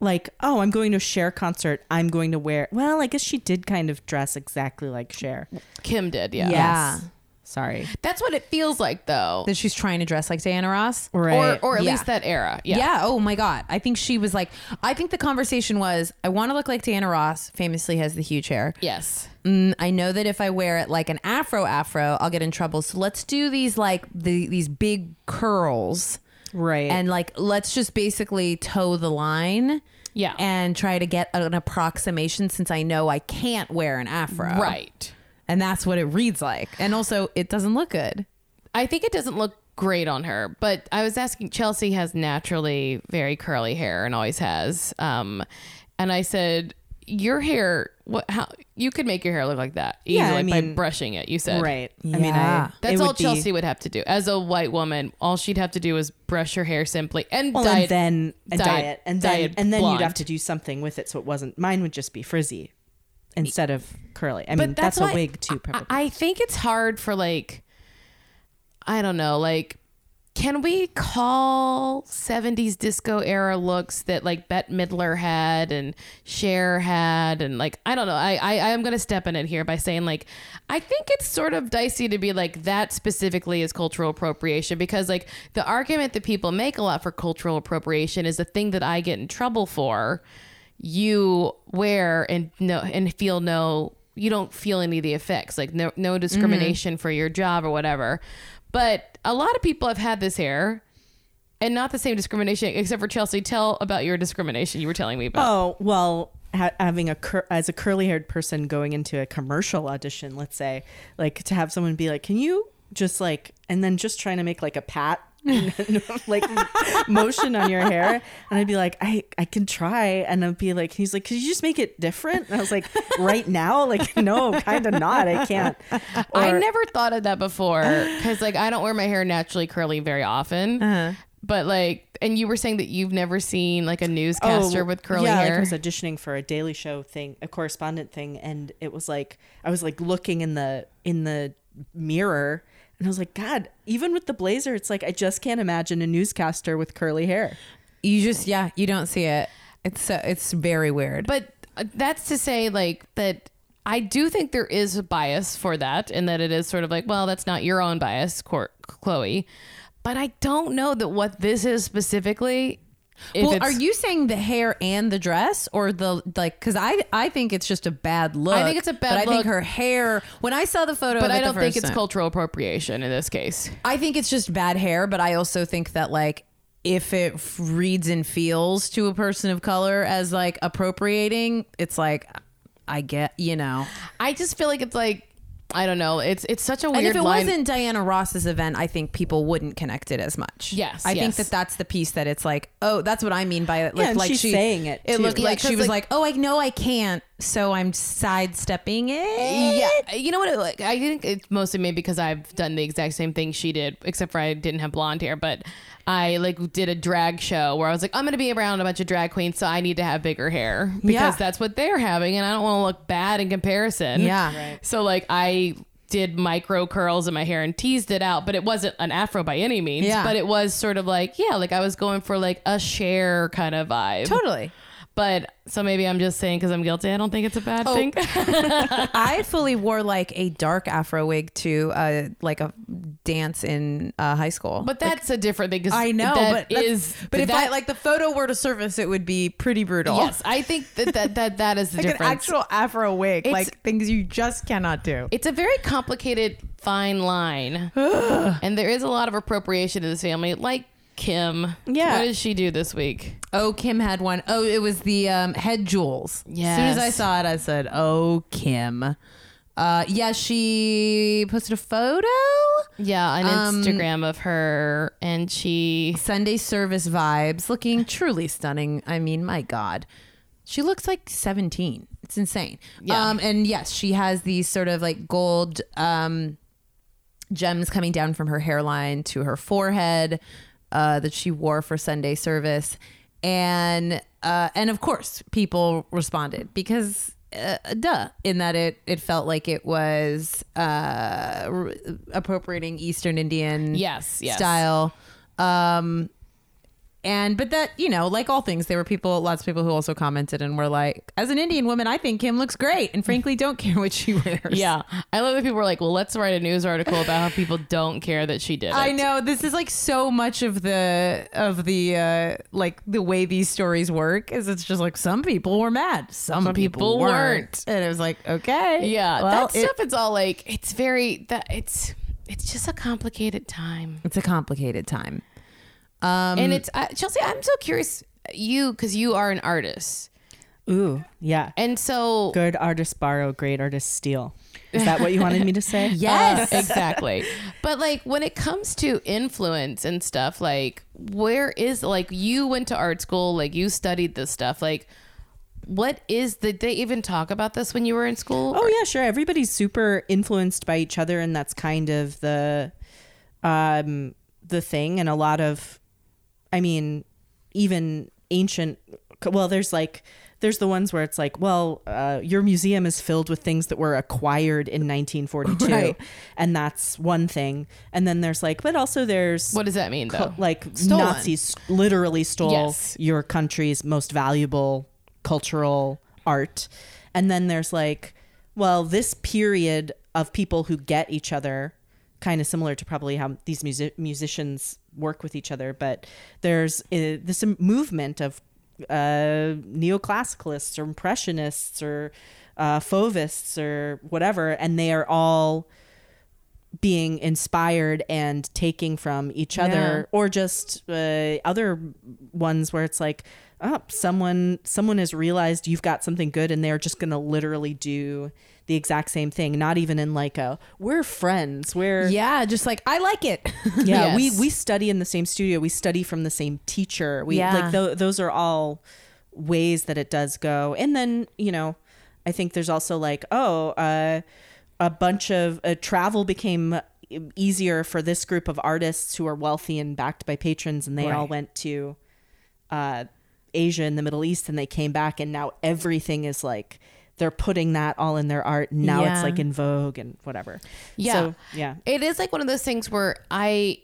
Speaker 2: like oh I'm going to a Cher concert I'm going to wear well I guess she did kind of dress exactly like Cher
Speaker 3: Kim did. Yeah.
Speaker 1: Yeah.
Speaker 2: Yes. Sorry.
Speaker 3: That's what it feels like, though.
Speaker 1: That she's trying to dress like Diana Ross.
Speaker 2: Right.
Speaker 3: Or, or at
Speaker 1: Yeah.
Speaker 3: least that era.
Speaker 1: Yeah.
Speaker 3: Yeah.
Speaker 1: Oh my God. I think she was like, I think the conversation was, I want to look like Diana Ross, famously has the huge hair.
Speaker 3: Yes.
Speaker 1: Mm, I know that if I wear it like an afro afro, I'll get in trouble. So let's do these like the, these big curls
Speaker 2: right.
Speaker 1: and like let's just basically toe the line.
Speaker 3: Yeah.
Speaker 1: And try to get an approximation since I know I can't wear an afro.
Speaker 3: Right.
Speaker 1: And that's what it reads like. And also, it doesn't look good.
Speaker 3: I think it doesn't look great on her, but I was asking Chelsea has naturally very curly hair and always has. Um and I said your hair what how you could make your hair look like that easily
Speaker 2: Yeah, I
Speaker 3: by
Speaker 2: mean-
Speaker 3: brushing it, you said.
Speaker 2: right. I mean,
Speaker 1: Yeah.
Speaker 2: I,
Speaker 3: That's
Speaker 2: it
Speaker 3: all
Speaker 2: would be-
Speaker 3: Chelsea would have to do. As a white woman, all she'd have to do is brush her hair simply and
Speaker 2: Well,
Speaker 3: dye
Speaker 2: and then a
Speaker 3: dye it-
Speaker 2: diet, and
Speaker 3: dye
Speaker 2: then
Speaker 3: it
Speaker 2: and then
Speaker 3: blonde.
Speaker 2: you'd have to do something with it, so it wasn't. Mine would just be frizzy instead of curly. I mean,
Speaker 3: but that's,
Speaker 2: that's,
Speaker 3: why
Speaker 2: a wig too,
Speaker 3: I-
Speaker 2: probably.
Speaker 3: I, think it's hard for like, I don't know, like, can we call '70s disco era looks that like Bette Midler had and Cher had and like I don't know. I I I'm gonna step in it here by saying like, I think it's sort of dicey to be like that specifically is cultural appropriation because like the argument that people make a lot for cultural appropriation is the thing that I get in trouble for you wear and no and feel no you don't feel any of the effects like no
Speaker 2: Mm-hmm.
Speaker 3: no discrimination for your job or whatever but a lot of people have had this hair and not the same discrimination except for Chelsea tell about your discrimination you were telling me about
Speaker 2: Oh well, ha- having a cur- as a curly haired person going into a commercial audition, let's say, like to have someone be like, "Can you just like," and then just trying to make like a pat. like motion on your hair and i'd be like i i can try and i'd be like he's like could you just make it different and i was like right now like no kind of not i can't
Speaker 3: I
Speaker 2: Oh, Or-
Speaker 3: never thought of that before cuz like I don't wear my hair naturally curly very often
Speaker 2: Uh-huh.
Speaker 3: but like and you were saying that you've never seen like a newscaster with curly
Speaker 2: Oh, yeah, like,
Speaker 3: hair
Speaker 2: I was auditioning for a Daily Show thing, a correspondent thing, and it was like I was like looking in the in the mirror, and I was like, God, even with the blazer, it's like I just can't imagine a newscaster with curly hair.
Speaker 1: You just, yeah, you don't see it. It's so, it's very weird.
Speaker 3: But uh, that's to say, like, that I do think there is a bias for that, and that it is sort of like, well, that's not your own bias, Cor- Chloe. But I don't know that what this is specifically. If
Speaker 1: well,
Speaker 3: it's-
Speaker 1: are you saying the hair and the dress, or the like? Because I I think it's just a bad look.
Speaker 3: I think it's a bad
Speaker 1: but I
Speaker 3: look.
Speaker 1: think her hair. When I saw the photo, of
Speaker 3: But
Speaker 1: it
Speaker 3: I
Speaker 1: the
Speaker 3: don't think
Speaker 1: first
Speaker 3: it's
Speaker 1: time-
Speaker 3: cultural appropriation in this case.
Speaker 1: I think it's just bad hair. But I also think that like if it f- reads and feels to a person of color as like appropriating, it's like I get you know.
Speaker 3: I just feel like it's like I don't know. It's it's such a weird
Speaker 1: And if it
Speaker 3: line.
Speaker 1: wasn't Diana Ross's event, I think people wouldn't connect it as much.
Speaker 3: Yes,
Speaker 1: I
Speaker 3: yes.
Speaker 1: think that that's the piece that it's like, oh, that's what I mean by it. Like,
Speaker 2: and
Speaker 1: like
Speaker 2: she's
Speaker 1: she,
Speaker 2: saying it,
Speaker 1: It
Speaker 2: too.
Speaker 1: looked
Speaker 3: Yeah,
Speaker 1: like
Speaker 3: 'cause,
Speaker 1: she was
Speaker 3: like-
Speaker 1: like, oh, I know I can't, so I'm sidestepping it.
Speaker 3: yeah, you know what? It, like, I think it's mostly maybe because I've done the exact same thing she did, except for I didn't have blonde hair. But I like did a drag show where I was like, I'm gonna be around a bunch of drag queens, so I need to have bigger hair because
Speaker 1: Yeah.
Speaker 3: that's what they're having, and I don't want to look bad in comparison.
Speaker 1: Yeah. Right.
Speaker 3: So like I did micro curls in my hair and teased it out, but it wasn't an afro by any means.
Speaker 1: Yeah.
Speaker 3: But it was sort of like yeah, like I was going for like a share kind of vibe.
Speaker 1: Totally.
Speaker 3: But so maybe I'm just saying because I'm guilty. I don't think it's a bad
Speaker 1: Oh,
Speaker 3: thing.
Speaker 1: I fully wore like a dark afro wig to uh, like a dance in uh, high school.
Speaker 3: But that's a different thing. 'cause
Speaker 1: I know,
Speaker 3: that
Speaker 1: but that's-
Speaker 3: is-
Speaker 1: but if I
Speaker 3: that-
Speaker 1: like the photo were to surface, it would be pretty brutal.
Speaker 3: yes, I think that that that, that is the
Speaker 1: like
Speaker 3: difference.
Speaker 1: an actual afro wig,
Speaker 3: It's-
Speaker 1: like things you just cannot do.
Speaker 3: it's a very complicated fine line, and there is a lot of appropriation to this family, like Kim.
Speaker 2: Yeah.
Speaker 3: what did she do this week?
Speaker 1: Oh, Kim had one. Oh, it was the um, head jewels. As soon
Speaker 3: Yes.
Speaker 1: as I saw it, I said, "Oh, Kim." Uh, yeah, she posted a photo.
Speaker 3: Yeah, on
Speaker 1: Um,
Speaker 3: Instagram of her, and she
Speaker 1: Sunday service vibes, looking truly stunning. I mean, my God, she looks like seventeen. It's insane.
Speaker 3: Yeah.
Speaker 1: Um, and yes, she has these sort of like gold um, gems coming down from her hairline to her forehead uh, that she wore for Sunday service, and uh, and of course people responded because uh, duh, in that it it felt like it was uh, r- appropriating Eastern Indian
Speaker 3: Yes, yes.
Speaker 1: style. Um, And but that you know, like all things, there were people, lots of people who also commented and were like, "As an Indian woman, I think Kim looks great, and frankly, don't care what she wears."
Speaker 3: Yeah. I love that people were like, well, let's write a news article about how people don't care that she did it.
Speaker 1: I know this is like so much of the of the uh like the way these stories work is it's just like some people were mad, some, people,
Speaker 3: people
Speaker 1: weren't.
Speaker 3: weren't.
Speaker 1: and it was like okay,
Speaker 3: Yeah.
Speaker 1: well,
Speaker 3: that
Speaker 1: it-
Speaker 3: stuff, it's all like, it's very, that it's, it's just a complicated time.
Speaker 1: it's a complicated time. Um,
Speaker 2: Mm.
Speaker 3: and uh, it's, I, Chelsea, I'm so curious, you, because you are an artist.
Speaker 2: Ooh, yeah.
Speaker 3: And so,
Speaker 2: Good artist borrow, great artist steal. Is that what you wanted me to say?
Speaker 3: Yes, exactly. But like when it comes to influence and stuff, like where is like you went to art school, like you studied this stuff, like what is did they even talk about this when you were in school?
Speaker 2: Oh yeah, sure. Everybody's super influenced by each other, and that's kind of the um, the thing. And a lot of, I mean, even ancient. Well, there's like there's the ones where it's like, well, uh, your museum is filled with things that were acquired in 1942,
Speaker 1: Right.
Speaker 2: and that's one thing. And then there's like, but also there's
Speaker 3: What does that mean though?
Speaker 2: co- like
Speaker 3: Oh. Stolen.
Speaker 2: Nazis literally stole
Speaker 3: Yes.
Speaker 2: your country's most valuable cultural art. And then there's like, well, this period of people who get each other, kind of similar to probably how these music- musicians work with each other, but there's uh, this movement of uh, neoclassicalists or impressionists or uh, fauvists or whatever, and they are all being inspired and taking from each other or just uh, other ones where it's like oh, someone someone has realized you've got something good and they're just gonna literally do the exact same thing not even in like a we're friends we're
Speaker 1: yeah, just like I like it.
Speaker 3: Yes.
Speaker 2: yeah we we study in the same studio we study from the same teacher we
Speaker 1: Yeah.
Speaker 2: like th- those are all ways that it does go and then you know i think there's also like oh uh a bunch of uh, travel became easier for this group of artists who are wealthy and backed by patrons and they all
Speaker 1: Right.
Speaker 2: went to uh asia and the middle east and they came back and now everything is like they're putting that all in their art and now
Speaker 1: Yeah.
Speaker 2: it's like in vogue and whatever
Speaker 3: Yeah.
Speaker 2: so, yeah
Speaker 3: It is like one of those things where I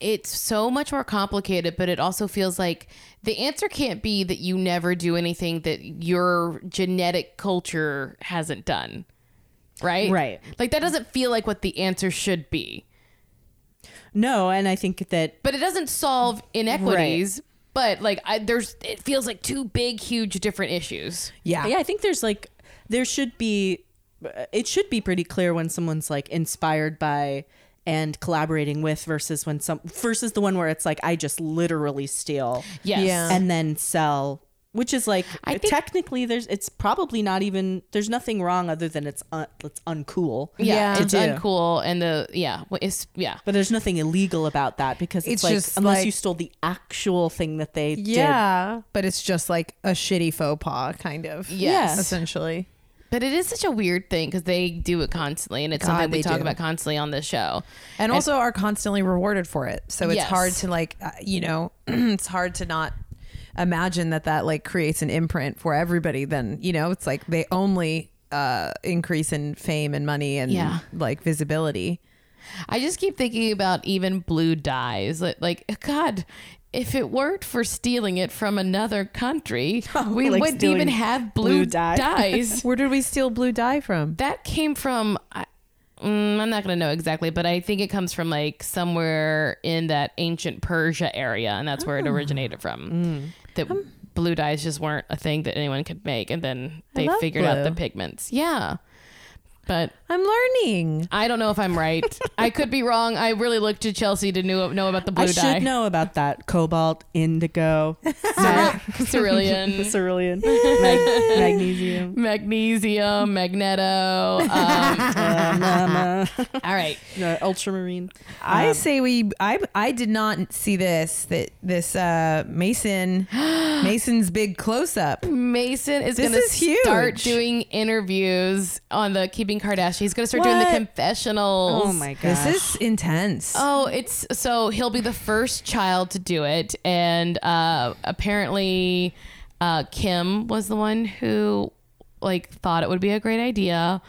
Speaker 3: it's so much more complicated, but it also feels like the answer can't be that you never do anything that your genetic culture hasn't done. Right?
Speaker 2: Right.
Speaker 3: Like that doesn't feel like what the answer should be.
Speaker 2: no and i think that
Speaker 3: But it doesn't solve inequities. But like I, there's it feels like two big, huge different issues.
Speaker 1: Yeah.
Speaker 2: yeah i think there's like there should be it should be pretty clear when someone's like inspired by and collaborating with versus when some versus the one where it's like i just literally steal
Speaker 3: Yes.
Speaker 1: Yeah.
Speaker 2: and then sell which is like
Speaker 3: I think-
Speaker 2: technically there's it's probably not even there's nothing wrong other than it's un, it's uncool
Speaker 3: Yeah,
Speaker 1: Yeah.
Speaker 3: it's
Speaker 2: To do.
Speaker 3: uncool, and the yeah, well, it's yeah,
Speaker 2: but there's nothing illegal about that because it's,
Speaker 1: It's
Speaker 2: like
Speaker 1: just
Speaker 2: unless
Speaker 1: like-
Speaker 2: you stole the actual thing that they did
Speaker 1: Yeah, but it's just like a shitty faux pas, kind of.
Speaker 3: Yes.
Speaker 1: essentially.
Speaker 3: But it is such a weird thing because they do it constantly, and it's
Speaker 1: God,
Speaker 3: something
Speaker 1: they
Speaker 3: we talk
Speaker 1: do.
Speaker 3: about constantly on this show.
Speaker 1: and also are constantly rewarded for it. So it's
Speaker 3: Yes.
Speaker 1: hard to like, uh, you know, it's hard to not imagine that that like creates an imprint for everybody. Then you know, it's like they only uh, increase in fame and money and
Speaker 3: Yeah.
Speaker 1: like visibility.
Speaker 3: I just keep thinking about even blue dyes. Like, like, God, if it weren't for stealing it from another country, we
Speaker 2: like
Speaker 3: wouldn't
Speaker 2: stealing
Speaker 3: even have blue,
Speaker 2: blue dye.
Speaker 3: dyes.
Speaker 1: Where did we steal blue dye from?
Speaker 3: that came from. I, mm, I'm not gonna know exactly, but I think it comes from like somewhere in that ancient Persia area, and that's where it
Speaker 2: Ah.
Speaker 3: originated
Speaker 2: Hmm.
Speaker 3: from. That blue dyes just weren't a thing that anyone could make, and then they
Speaker 1: love
Speaker 3: figured out the
Speaker 1: blue.
Speaker 3: pigments. Yeah, but
Speaker 1: I'm learning.
Speaker 3: I don't know if I'm right. I could be wrong. I really looked to Chelsea to know, know about the blue
Speaker 2: i
Speaker 3: dye.
Speaker 2: should know about that cobalt indigo
Speaker 3: Cere- cerulean,
Speaker 2: cerulean mag- magnesium
Speaker 3: magnesium, magneto. Um, all right.
Speaker 2: Yeah, ultramarine.
Speaker 1: I
Speaker 3: Um,
Speaker 1: say we. I I did not see this. That this uh, Mason Mason's big close up.
Speaker 3: Mason is
Speaker 1: This
Speaker 3: going to
Speaker 1: is huge.
Speaker 3: start doing interviews on the Keeping Kardashian. He's going to start doing the
Speaker 1: What?
Speaker 2: Oh
Speaker 1: Oh
Speaker 3: confessionals.
Speaker 1: This is intense.
Speaker 3: Oh, it's so he'll be the first child to do it, and uh, apparently, uh, Kim was the one who like thought it would be a great idea,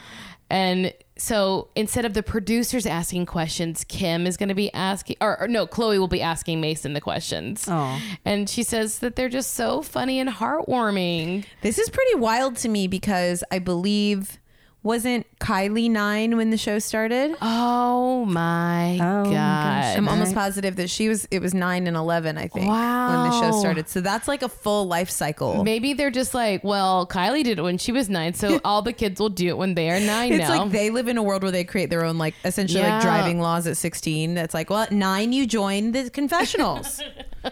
Speaker 3: And so instead of the producers asking questions, Kim is going to be asking, or, or no, Chloe will be asking Mason the questions.
Speaker 2: Oh.
Speaker 3: And she says that they're just so funny and heartwarming.
Speaker 1: This is pretty wild to me because I believe wasn't Kylie nine when the show started.
Speaker 3: Oh my
Speaker 2: Oh my gosh.
Speaker 3: God.
Speaker 1: I'm almost positive that she was. It was nine and eleven, I think, when the show
Speaker 3: Wow.
Speaker 1: started. So that's like a full life cycle.
Speaker 3: Maybe they're just like, well, Kylie did it when she was nine, so all the kids will do it when they are nine
Speaker 1: It's
Speaker 3: now.
Speaker 1: like they live in a world where they create their own, like essentially
Speaker 3: Yeah.
Speaker 1: like driving laws at 16. That's like, well, at nine you join the confessionals.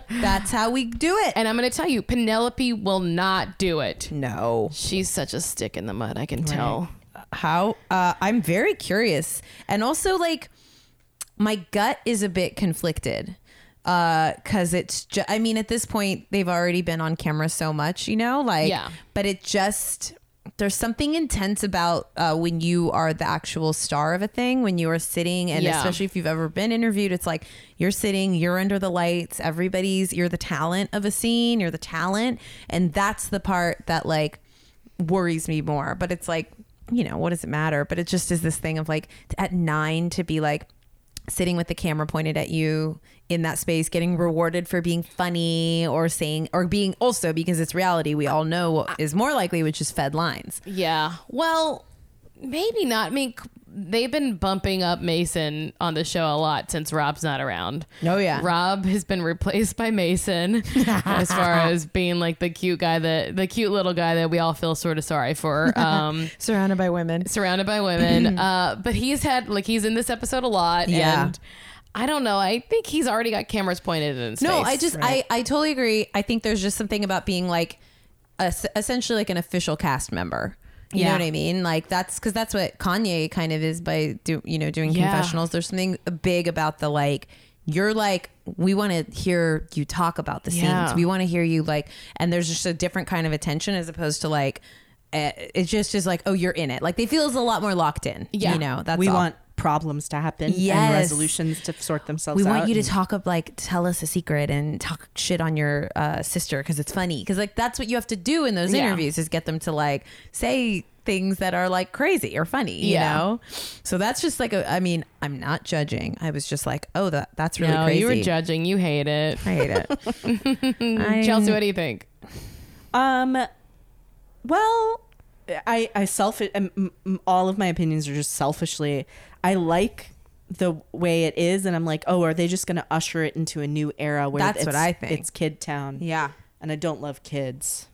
Speaker 1: that's how we do it.
Speaker 3: and I'm going to tell you, Penelope will not do it.
Speaker 1: no.
Speaker 3: She's such a stick in the mud, I can tell.
Speaker 1: how uh, i'm very curious and also like my gut is a bit conflicted because it's ju- i mean at this point they've already been on camera so much you know like
Speaker 3: Yeah.
Speaker 1: but it just there's something intense about uh, when you are the actual star of a thing when you are sitting and
Speaker 3: Yeah.
Speaker 1: especially if you've ever been interviewed it's like you're sitting you're under the lights everybody's you're the talent of a scene you're the talent and that's the part that like worries me more but it's like you know what does it matter but it just is this thing of like t- at nine to be like sitting with the camera pointed at you in that space getting rewarded for being funny or saying or being also because it's reality we all know what is more likely which is fed lines
Speaker 3: Yeah. Well, maybe not. I mean, c- they've been bumping up Mason on the show a lot since Rob's not around.
Speaker 1: Oh, yeah.
Speaker 3: Rob has been replaced by Mason as far as being like the cute guy that the cute little guy that we all feel sort of sorry for. Um
Speaker 1: surrounded by women
Speaker 3: surrounded by women. uh, but he's had like he's in this episode a lot.
Speaker 1: Yeah.
Speaker 3: And I don't know. I think he's already got cameras pointed in his
Speaker 1: no
Speaker 3: face.
Speaker 1: i just I, I totally agree i think there's just something about being like a, essentially like an official cast member you know
Speaker 2: Yeah.
Speaker 1: what i mean like that's because that's what kanye kind of is by do you know doing
Speaker 3: Yeah.
Speaker 1: confessionals there's something big about the like you're like we want to hear you talk about the
Speaker 3: Yeah.
Speaker 1: scenes we want to hear you like and there's just a different kind of attention as opposed to like eh, it just is like oh you're in it like they feel is a lot more locked in
Speaker 3: Yeah.
Speaker 1: you know that's
Speaker 2: we
Speaker 1: all.
Speaker 2: want problems to happen
Speaker 1: Yes.
Speaker 2: and resolutions to sort themselves
Speaker 1: we
Speaker 2: out.
Speaker 1: want you to talk up like tell us a secret and talk shit on your uh, sister because it's funny because like that's what you have to do in those
Speaker 3: Yeah.
Speaker 1: interviews is get them to like say things that are like crazy or funny you
Speaker 3: Yeah.
Speaker 1: know so that's just like a, i mean i'm not judging i was just like oh that that's really
Speaker 3: no,
Speaker 1: crazy
Speaker 3: you were judging. You hate it.
Speaker 1: i hate it I'm-
Speaker 3: Chelsea, what do you think?
Speaker 2: Um, well, I I self um, m- m- all of my opinions are just selfishly. I like the way it is, and I'm like, oh, are they just going to usher it into a new era where
Speaker 1: That's what
Speaker 2: it's-
Speaker 1: I think.
Speaker 2: It's kid town,
Speaker 1: yeah
Speaker 2: and I don't love kids.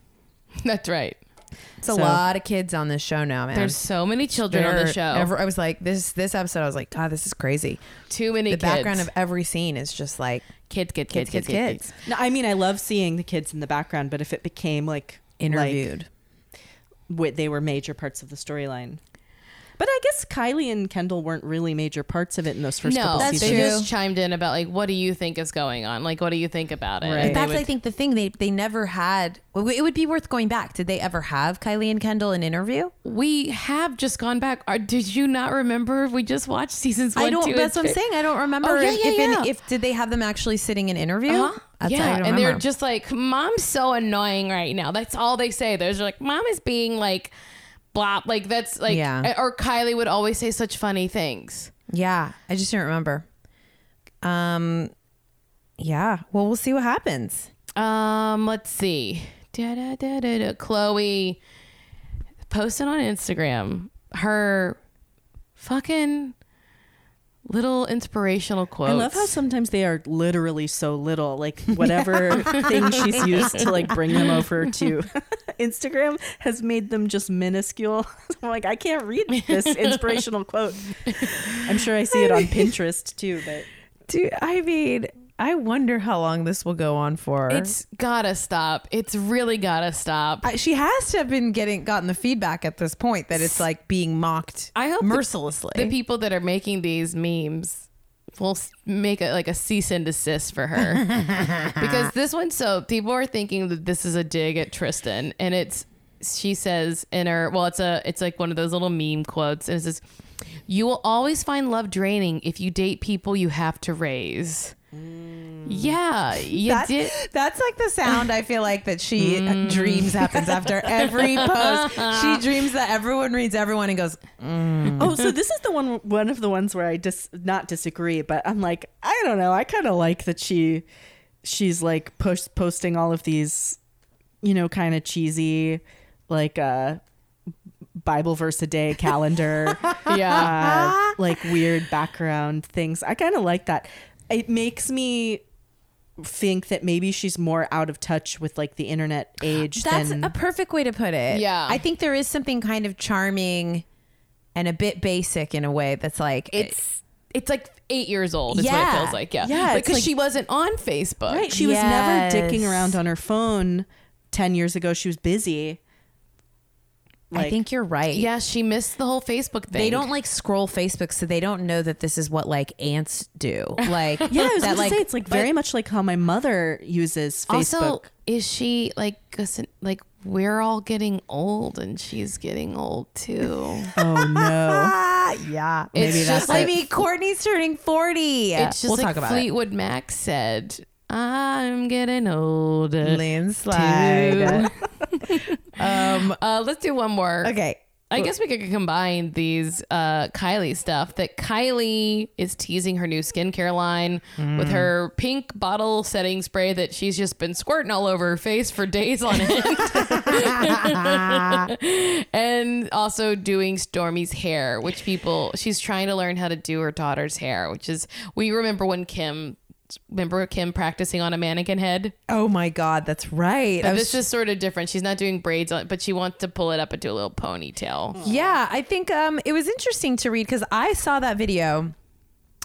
Speaker 3: That's right.
Speaker 1: it's a
Speaker 2: So-
Speaker 1: lot of kids on this show now man
Speaker 3: There's so many children on the
Speaker 1: They're-
Speaker 3: show.
Speaker 1: every- i was like this this episode i was like god this is crazy
Speaker 3: Too many
Speaker 1: the
Speaker 3: kids.
Speaker 1: background of every scene is just like
Speaker 3: kids, kids,
Speaker 1: kids kids kids,
Speaker 2: No, I mean, I love seeing the kids in the background, but if it became like like,
Speaker 1: interviewed
Speaker 2: what they were major parts of the storyline. But I guess Kylie and Kendall weren't really major parts of it in those first
Speaker 3: No,
Speaker 2: couple
Speaker 3: that's
Speaker 1: that's
Speaker 3: they
Speaker 2: seasons.
Speaker 1: true.
Speaker 3: just chimed in about like, what do you think is going on? Like, what do you think about it?
Speaker 2: Right.
Speaker 1: But
Speaker 3: And they
Speaker 1: that's,
Speaker 3: would-
Speaker 1: I think, the thing they they never had. well, It would be worth going back. Did they ever have Kylie and Kendall an interview?
Speaker 3: we have just gone back. Are, did you not remember? We just watched seasons one,
Speaker 1: I don't.
Speaker 3: two,
Speaker 1: That's
Speaker 3: and
Speaker 1: what I'm
Speaker 3: three.
Speaker 1: saying. I don't remember.
Speaker 3: Oh, yeah,
Speaker 1: if,
Speaker 3: yeah,
Speaker 1: if, in-
Speaker 3: yeah.
Speaker 1: if did they have them actually sitting in interview?
Speaker 3: Uh-huh.
Speaker 1: That's- I
Speaker 3: yeah,
Speaker 1: don't
Speaker 3: and they're
Speaker 1: remember.
Speaker 3: just like, "Mom's so annoying right now." That's all they say. They're just like, "Mom is being like, blah." Like that's like,
Speaker 1: Yeah.
Speaker 3: or Kylie would always say such funny things.
Speaker 1: yeah. I just didn't remember. Um, yeah. Well, we'll see what happens.
Speaker 3: Um, let's see. Da, da, da, da, da. Chloe posted on Instagram her fucking little inspirational quote.
Speaker 2: I love how sometimes they are literally so little. Like whatever thing she's used to like bring them over to Instagram has made them just minuscule. I'm like, I can't read this inspirational quote. I'm sure I see it on Pinterest too, but
Speaker 1: Dude, I mean, I wonder how long this will go on for.
Speaker 3: it's gotta stop. It's really gotta stop.
Speaker 1: I- she has to have been getting gotten the feedback at this point that it's like being mocked.
Speaker 3: I hope the-
Speaker 1: mercilessly.
Speaker 3: the people that are making these memes will s- make a, like a cease and desist for her because this one so people are thinking that this is a dig at tristan and it's she says in her well it's a it's like one of those little meme quotes and it says you will always find love draining if you date people you have to raise Yeah, you
Speaker 1: That's,
Speaker 3: did.
Speaker 1: that's like the sound I feel like that she dreams happens after every post. She dreams that everyone reads everyone and goes,
Speaker 2: Oh, so this is the one one of the ones where I just dis, not disagree, but I'm like, I don't know. I kind of like that she she's like post posting all of these, you know, kind of cheesy like uh Bible verse a day calendar,
Speaker 3: Yeah.
Speaker 2: uh, like weird background things. I kind of like that. It makes me think that maybe she's more out of touch with like the internet age
Speaker 1: That's
Speaker 2: than
Speaker 1: a perfect way to put it.
Speaker 3: Yeah.
Speaker 1: I think there is something kind of charming and a bit basic in a way that's like
Speaker 3: It's it's like eight years old. Is what
Speaker 1: Yeah.
Speaker 3: it feels like. Yeah.
Speaker 2: Yeah, it's
Speaker 3: Because
Speaker 2: like-
Speaker 3: she wasn't on Facebook.
Speaker 2: Right. She
Speaker 1: Uh, Yes.
Speaker 2: was never dicking around on her phone 10 years ago. She was busy.
Speaker 1: I think you're right.
Speaker 3: Yeah, she missed the whole Facebook thing.
Speaker 1: They don't like scroll Facebook, so they don't know that this is what like ants do. Like
Speaker 2: Yeah, I was
Speaker 1: that
Speaker 2: gonna say it's like very much like how my mother uses Facebook.
Speaker 3: Also, is she like doesn't- like we're all getting old and she's getting old too.
Speaker 2: oh no.
Speaker 1: Ah, yeah.
Speaker 3: Maybe
Speaker 1: it's
Speaker 3: that's
Speaker 1: just like,
Speaker 3: it.
Speaker 1: I mean, Courtney's turning forty.
Speaker 3: It's just
Speaker 1: we'll
Speaker 3: like
Speaker 1: talk about
Speaker 3: Fleetwood Mac said, "I'm getting old."
Speaker 1: it. Landslide. um.
Speaker 3: Uh, let's do one more.
Speaker 1: Okay.
Speaker 3: I guess we could combine these uh, Kylie stuff that Kylie is teasing her new skincare line
Speaker 1: Mm.
Speaker 3: with her pink bottle setting spray that she's just been squirting all over her face for days on end. and also doing Stormy's hair, which people, she's trying to learn how to do her daughter's hair, which is, we remember when Kim, remember Kim practicing on a mannequin head?
Speaker 1: Oh my God, that's right. I
Speaker 3: But
Speaker 1: was
Speaker 3: this is sort of different. She's not doing braids on it, but she wants to pull it up and do a little ponytail.
Speaker 1: Yeah, I think um, it was interesting to read because I saw that video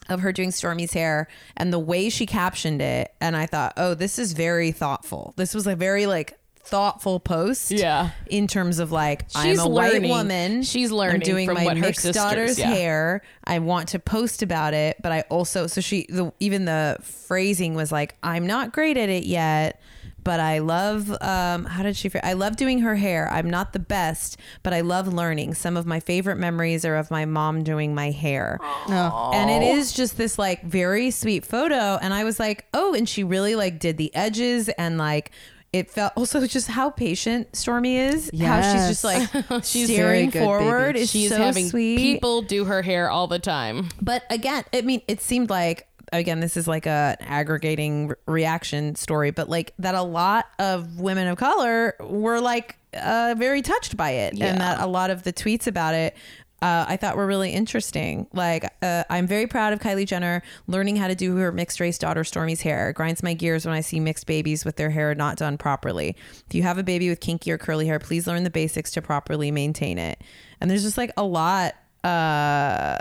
Speaker 1: of her doing Stormy's hair and the way she captioned it, and I thought, oh, this is very thoughtful. This was a very like thoughtful post.
Speaker 3: Yeah.
Speaker 1: In terms of like, I'm
Speaker 3: She's
Speaker 1: a
Speaker 3: learning.
Speaker 1: white woman.
Speaker 3: She's learning
Speaker 1: I'm doing
Speaker 3: from
Speaker 1: my
Speaker 3: what her
Speaker 1: mixed
Speaker 3: sisters-
Speaker 1: daughter's
Speaker 3: yeah.
Speaker 1: hair. I want to post about it, but I also so she the even the phrasing was like, I'm not great at it yet. But I love um, how did she? phr- I love doing her hair. I'm not the best, but I love learning. Some of my favorite memories are of my mom doing my hair, and it
Speaker 2: Oh.
Speaker 1: is just this like very sweet photo. And I was like, oh, and she really like did the edges and like it felt also just how patient Stormy is. How she's
Speaker 2: Yes.
Speaker 1: just like
Speaker 2: She's very
Speaker 1: staring
Speaker 2: good, baby.
Speaker 1: forward. Is
Speaker 3: She's
Speaker 1: so
Speaker 3: having
Speaker 1: sweet.
Speaker 3: people do her hair all the time.
Speaker 1: But again, I mean, it seemed like again this is like a an aggregating re- reaction story, but like that a lot of women of color were like uh, very touched by it, and that a lot of the tweets about it. Uh, I thought were really interesting. Like, uh, I'm very proud of Kylie Jenner learning how to do her mixed race daughter Stormy's hair. Grinds my gears when I see mixed babies with their hair not done properly. If you have a baby with kinky or curly hair, please learn the basics to properly maintain it. And there's just like a lot uh,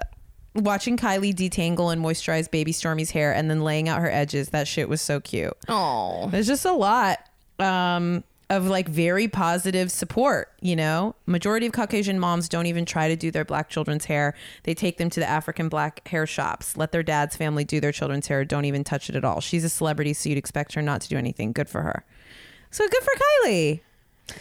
Speaker 1: watching Kylie detangle and moisturize baby Stormy's hair and then laying out her edges. That shit was so cute.
Speaker 3: Oh,
Speaker 1: There's just a lot um, of like very positive support, you know? Majority of Caucasian moms don't even try to do their black children's hair. They take them to the African black hair shops, let their dad's family do their children's hair, don't even touch it at all. She's a celebrity, so you'd expect her not to do anything. Good for her. So good for Kylie.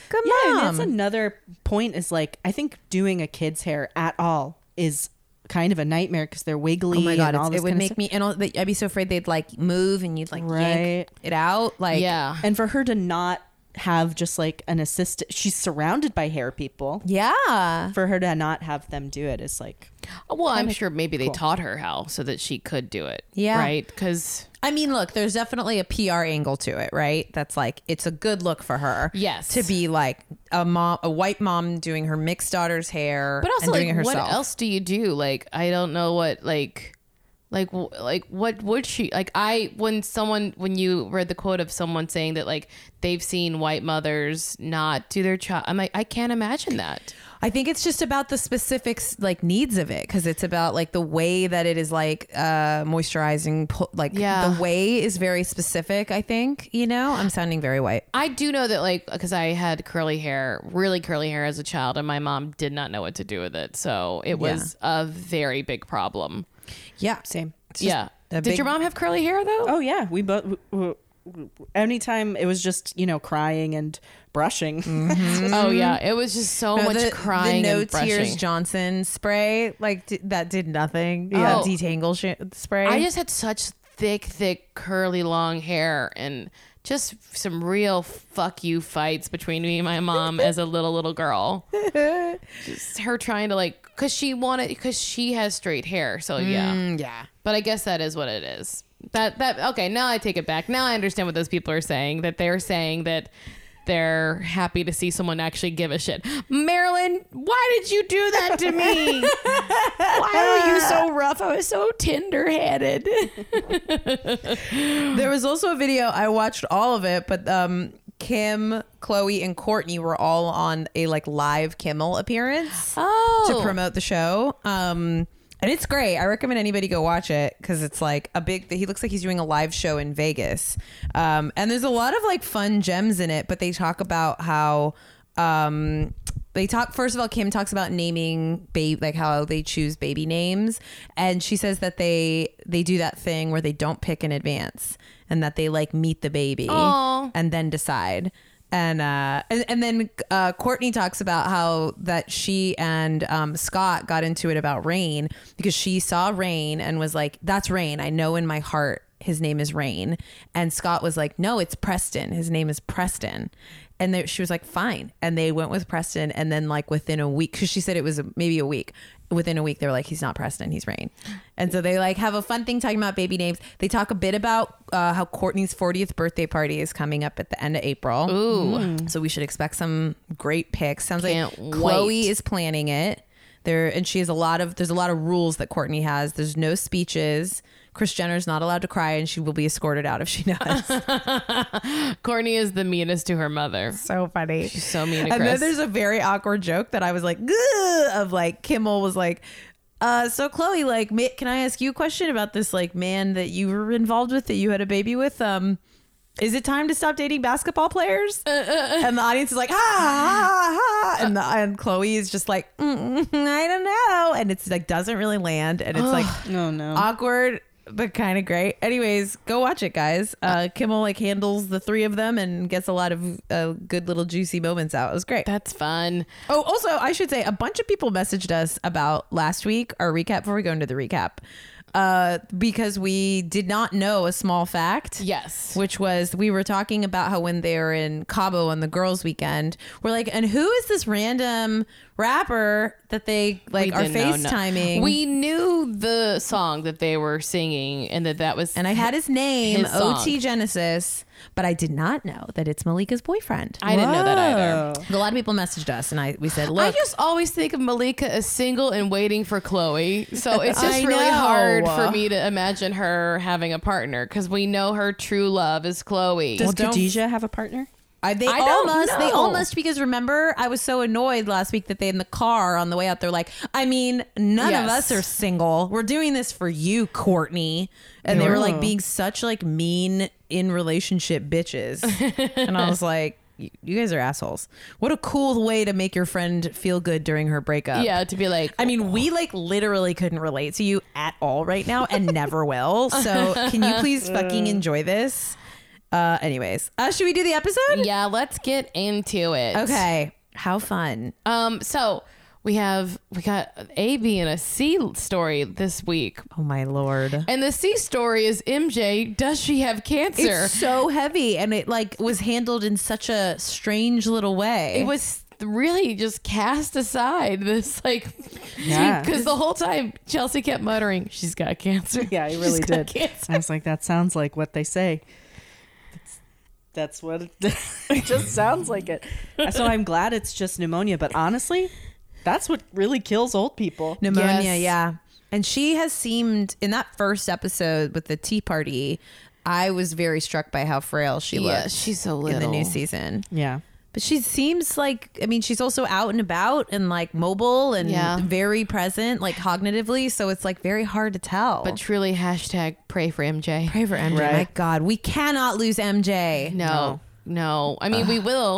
Speaker 1: Good
Speaker 2: Yeah, and
Speaker 1: mom.
Speaker 2: that's another point is like I think doing a kid's hair at all is kind of a nightmare because they're wiggly.
Speaker 1: Oh my god,
Speaker 2: and all
Speaker 1: it's-
Speaker 2: this
Speaker 1: it would
Speaker 2: kinda
Speaker 1: make
Speaker 2: stuff.
Speaker 1: me and all, I'd be so afraid they'd like move and you'd like
Speaker 2: Right.
Speaker 1: yank it out. Like
Speaker 3: yeah.
Speaker 2: And for her to not have just like an assistant, she's surrounded by hair people.
Speaker 1: Yeah.
Speaker 2: For her to not have them do it is like
Speaker 3: Well, I'm sure maybe they taught her how so that she could do it.
Speaker 1: Yeah.
Speaker 3: Right? Because,
Speaker 1: I mean, look, there's definitely a PR angle to it, right? That's like it's a good look for her.
Speaker 3: Yes.
Speaker 1: To be like a mom a white mom doing her mixed daughter's hair
Speaker 3: but also,
Speaker 1: and doing
Speaker 3: like,
Speaker 1: it
Speaker 3: what
Speaker 1: herself.
Speaker 3: else do you do? Like, I don't know what, like, like, w- like, what would she, like, I, when someone, when you read the quote of someone saying that, like, they've seen white mothers not do their child, I'm like, I can't imagine that.
Speaker 1: I think it's just about the specifics like needs of it because it's about like the way that it is like uh moisturizing pu- like
Speaker 3: Yeah.
Speaker 1: the way is very specific, I think, you know? I'm sounding very white.
Speaker 3: I do know that, like, because I had curly hair, really curly hair as a child, and my mom did not know what to do with it. So it was a very big problem.
Speaker 1: Yeah.
Speaker 2: same.
Speaker 1: It's just
Speaker 3: Yeah.
Speaker 1: a
Speaker 3: Did
Speaker 1: big-
Speaker 3: your mom have curly hair, though?
Speaker 2: Oh yeah, we both. w- w- w- Anytime it was just you know crying and brushing. Mm-hmm.
Speaker 3: Oh, yeah. It was just so
Speaker 1: Mm-hmm. No,
Speaker 3: much
Speaker 1: the-
Speaker 3: crying
Speaker 1: The no
Speaker 3: and brushing.
Speaker 1: tears Johnson spray, like d- that did nothing.
Speaker 3: Yeah.
Speaker 1: That detangle sh- spray.
Speaker 3: Oh. I just had such thick, thick, curly, long hair, and just some real fuck you fights between me and my mom as a little little girl. Just her trying to like, cause she wanted, cause she has straight hair, so yeah.
Speaker 1: Mm, yeah.
Speaker 3: But I guess that is what it is. That that okay. Now I take it back. Now I understand what those people are saying. That they're saying that they're happy to see someone actually give a shit. Marilyn, why did you do that to me? why were you so rough? I was so tender headed.
Speaker 1: There was also a video I watched all of it, but um, Kim, Chloe, and Courtney were all on a like live Kimmel appearance
Speaker 3: Oh,
Speaker 1: to promote the show. Um, and it's great. I recommend anybody go watch it because it's like a big. He looks like he's doing a live show in Vegas, um, and there's a lot of like fun gems in it. But they talk about how um, they talk. First of all, Kim talks about naming baby, like how they choose baby names, and she says that they they do that thing where they don't pick in advance and that they like meet the baby
Speaker 3: Aw.
Speaker 1: and then decide. And uh, and, and then uh, Courtney talks about how that she and um, Scott got into it about Rain because she saw Rain and was like, "That's Rain. I know in my heart his name is Rain." And Scott was like, "No, it's Preston. His name is Preston." And they, she was like, "Fine." And they went with Preston. And then like within a week, because she said it was maybe a week. Within a week, they were like, "He's not Preston. He's Rain." And so they like have a fun thing talking about baby names. They talk a bit about uh, how Courtney's 40th birthday party is coming up at the end of April. Ooh. So we should expect some great picks. Sounds
Speaker 3: Can't
Speaker 1: like
Speaker 3: wait.
Speaker 1: Chloe is planning it. There and she has a lot of there's a lot of rules that Courtney has. There's no speeches. Chris Jenner's not allowed to cry and she will be escorted out if she does.
Speaker 3: Courtney is the meanest to her mother.
Speaker 1: so funny.
Speaker 3: She's so mean
Speaker 1: And
Speaker 3: to
Speaker 1: then
Speaker 3: Chris.
Speaker 1: there's a very awkward joke that I was like, "Gah," of like Kimmel was like, uh, so Chloe, like, ma- can I ask you a question about this like man that you were involved with that you had a baby with? Um, is it time to stop dating basketball players?
Speaker 3: Uh,
Speaker 1: and the audience is like, ha ha ha, and the, and Chloe is just like, "Mm, mm, I don't know, and it's like doesn't really land, and it's like
Speaker 3: Oh,
Speaker 2: Oh, No,
Speaker 3: Um,
Speaker 2: no.
Speaker 1: awkward but kind of great. Anyways, go watch it, guys. Uh, Kimmel like handles the three of them and gets a lot of uh, good little juicy moments out. It was great.
Speaker 3: That's fun.
Speaker 1: Oh, also, I should say a bunch of people messaged us about last week, our recap, before we go into the recap, uh, because we did not know a small fact.
Speaker 3: Yes.
Speaker 1: Which was, we were talking about how when they were in Cabo on the girls' weekend, we're like, and who is this random rapper that they like are
Speaker 3: didn't know, no.
Speaker 1: FaceTiming?
Speaker 3: We knew the song that they were singing and that that was.
Speaker 1: and I had his name,
Speaker 3: His song.
Speaker 1: OT Genesis, but I did not know that it's Malika's boyfriend.
Speaker 3: I didn't know that either.
Speaker 2: Whoa.
Speaker 1: a lot of people messaged us, and I we said,
Speaker 3: I
Speaker 1: "Look,
Speaker 3: just always think of Malika as single and waiting for Chloe. So it's just
Speaker 1: I
Speaker 3: really
Speaker 1: know.
Speaker 3: hard for me to imagine her having a partner because we know her true love is Chloe.
Speaker 2: Does
Speaker 1: Well, don't-
Speaker 2: Khadijah have a partner?
Speaker 1: I, they
Speaker 3: I don't
Speaker 1: almost, they
Speaker 3: know.
Speaker 1: almost." Because remember, I was so annoyed last week that they in the car on the way out. They're like, "I mean, none of
Speaker 3: Yes.
Speaker 1: us are single. We're doing this for you, Courtney." And they were like being such like mean in relationship bitches, and I was like. "You- You guys are assholes. What a cool way to make your friend feel good during her breakup.
Speaker 3: yeah, to be like,
Speaker 1: I mean, we like literally couldn't relate to you at all right now and never will. So can you please fucking
Speaker 3: Mm.
Speaker 1: enjoy this? Uh anyways. Uh should we do the episode?
Speaker 3: yeah, let's get into it.
Speaker 1: Okay. How fun.
Speaker 3: Um. So we have we got an A, B, and a C story this week.
Speaker 1: Oh my lord.
Speaker 3: And the C story is MJ. Does she have cancer?
Speaker 1: It's so heavy and it like was handled in such a strange little way.
Speaker 3: it was really just cast aside this like
Speaker 2: Yeah.
Speaker 3: because the whole time chelsea kept muttering she's got cancer
Speaker 2: Yeah, I
Speaker 3: She's
Speaker 2: really
Speaker 3: got
Speaker 2: did.
Speaker 3: cancer.
Speaker 2: I was like, that sounds like what they say. That's, that's what it, it just sounds like it. So I'm glad it's just pneumonia, but honestly, that's what really kills old people.
Speaker 1: pneumonia
Speaker 3: Yes.
Speaker 1: yeah and she has seemed in that first episode with the tea party i was very struck by how frail she
Speaker 3: Yeah,
Speaker 1: looked
Speaker 3: she's so
Speaker 1: in the
Speaker 3: little.
Speaker 1: new season
Speaker 2: Yeah.
Speaker 1: But she seems like I mean she's also out and about and like mobile and
Speaker 3: Yeah.
Speaker 1: very present like cognitively so it's like very hard to tell.
Speaker 3: but truly hashtag pray for mj
Speaker 1: pray for MJ. My
Speaker 2: Right.
Speaker 1: god, we cannot lose MJ.
Speaker 3: no no i mean we will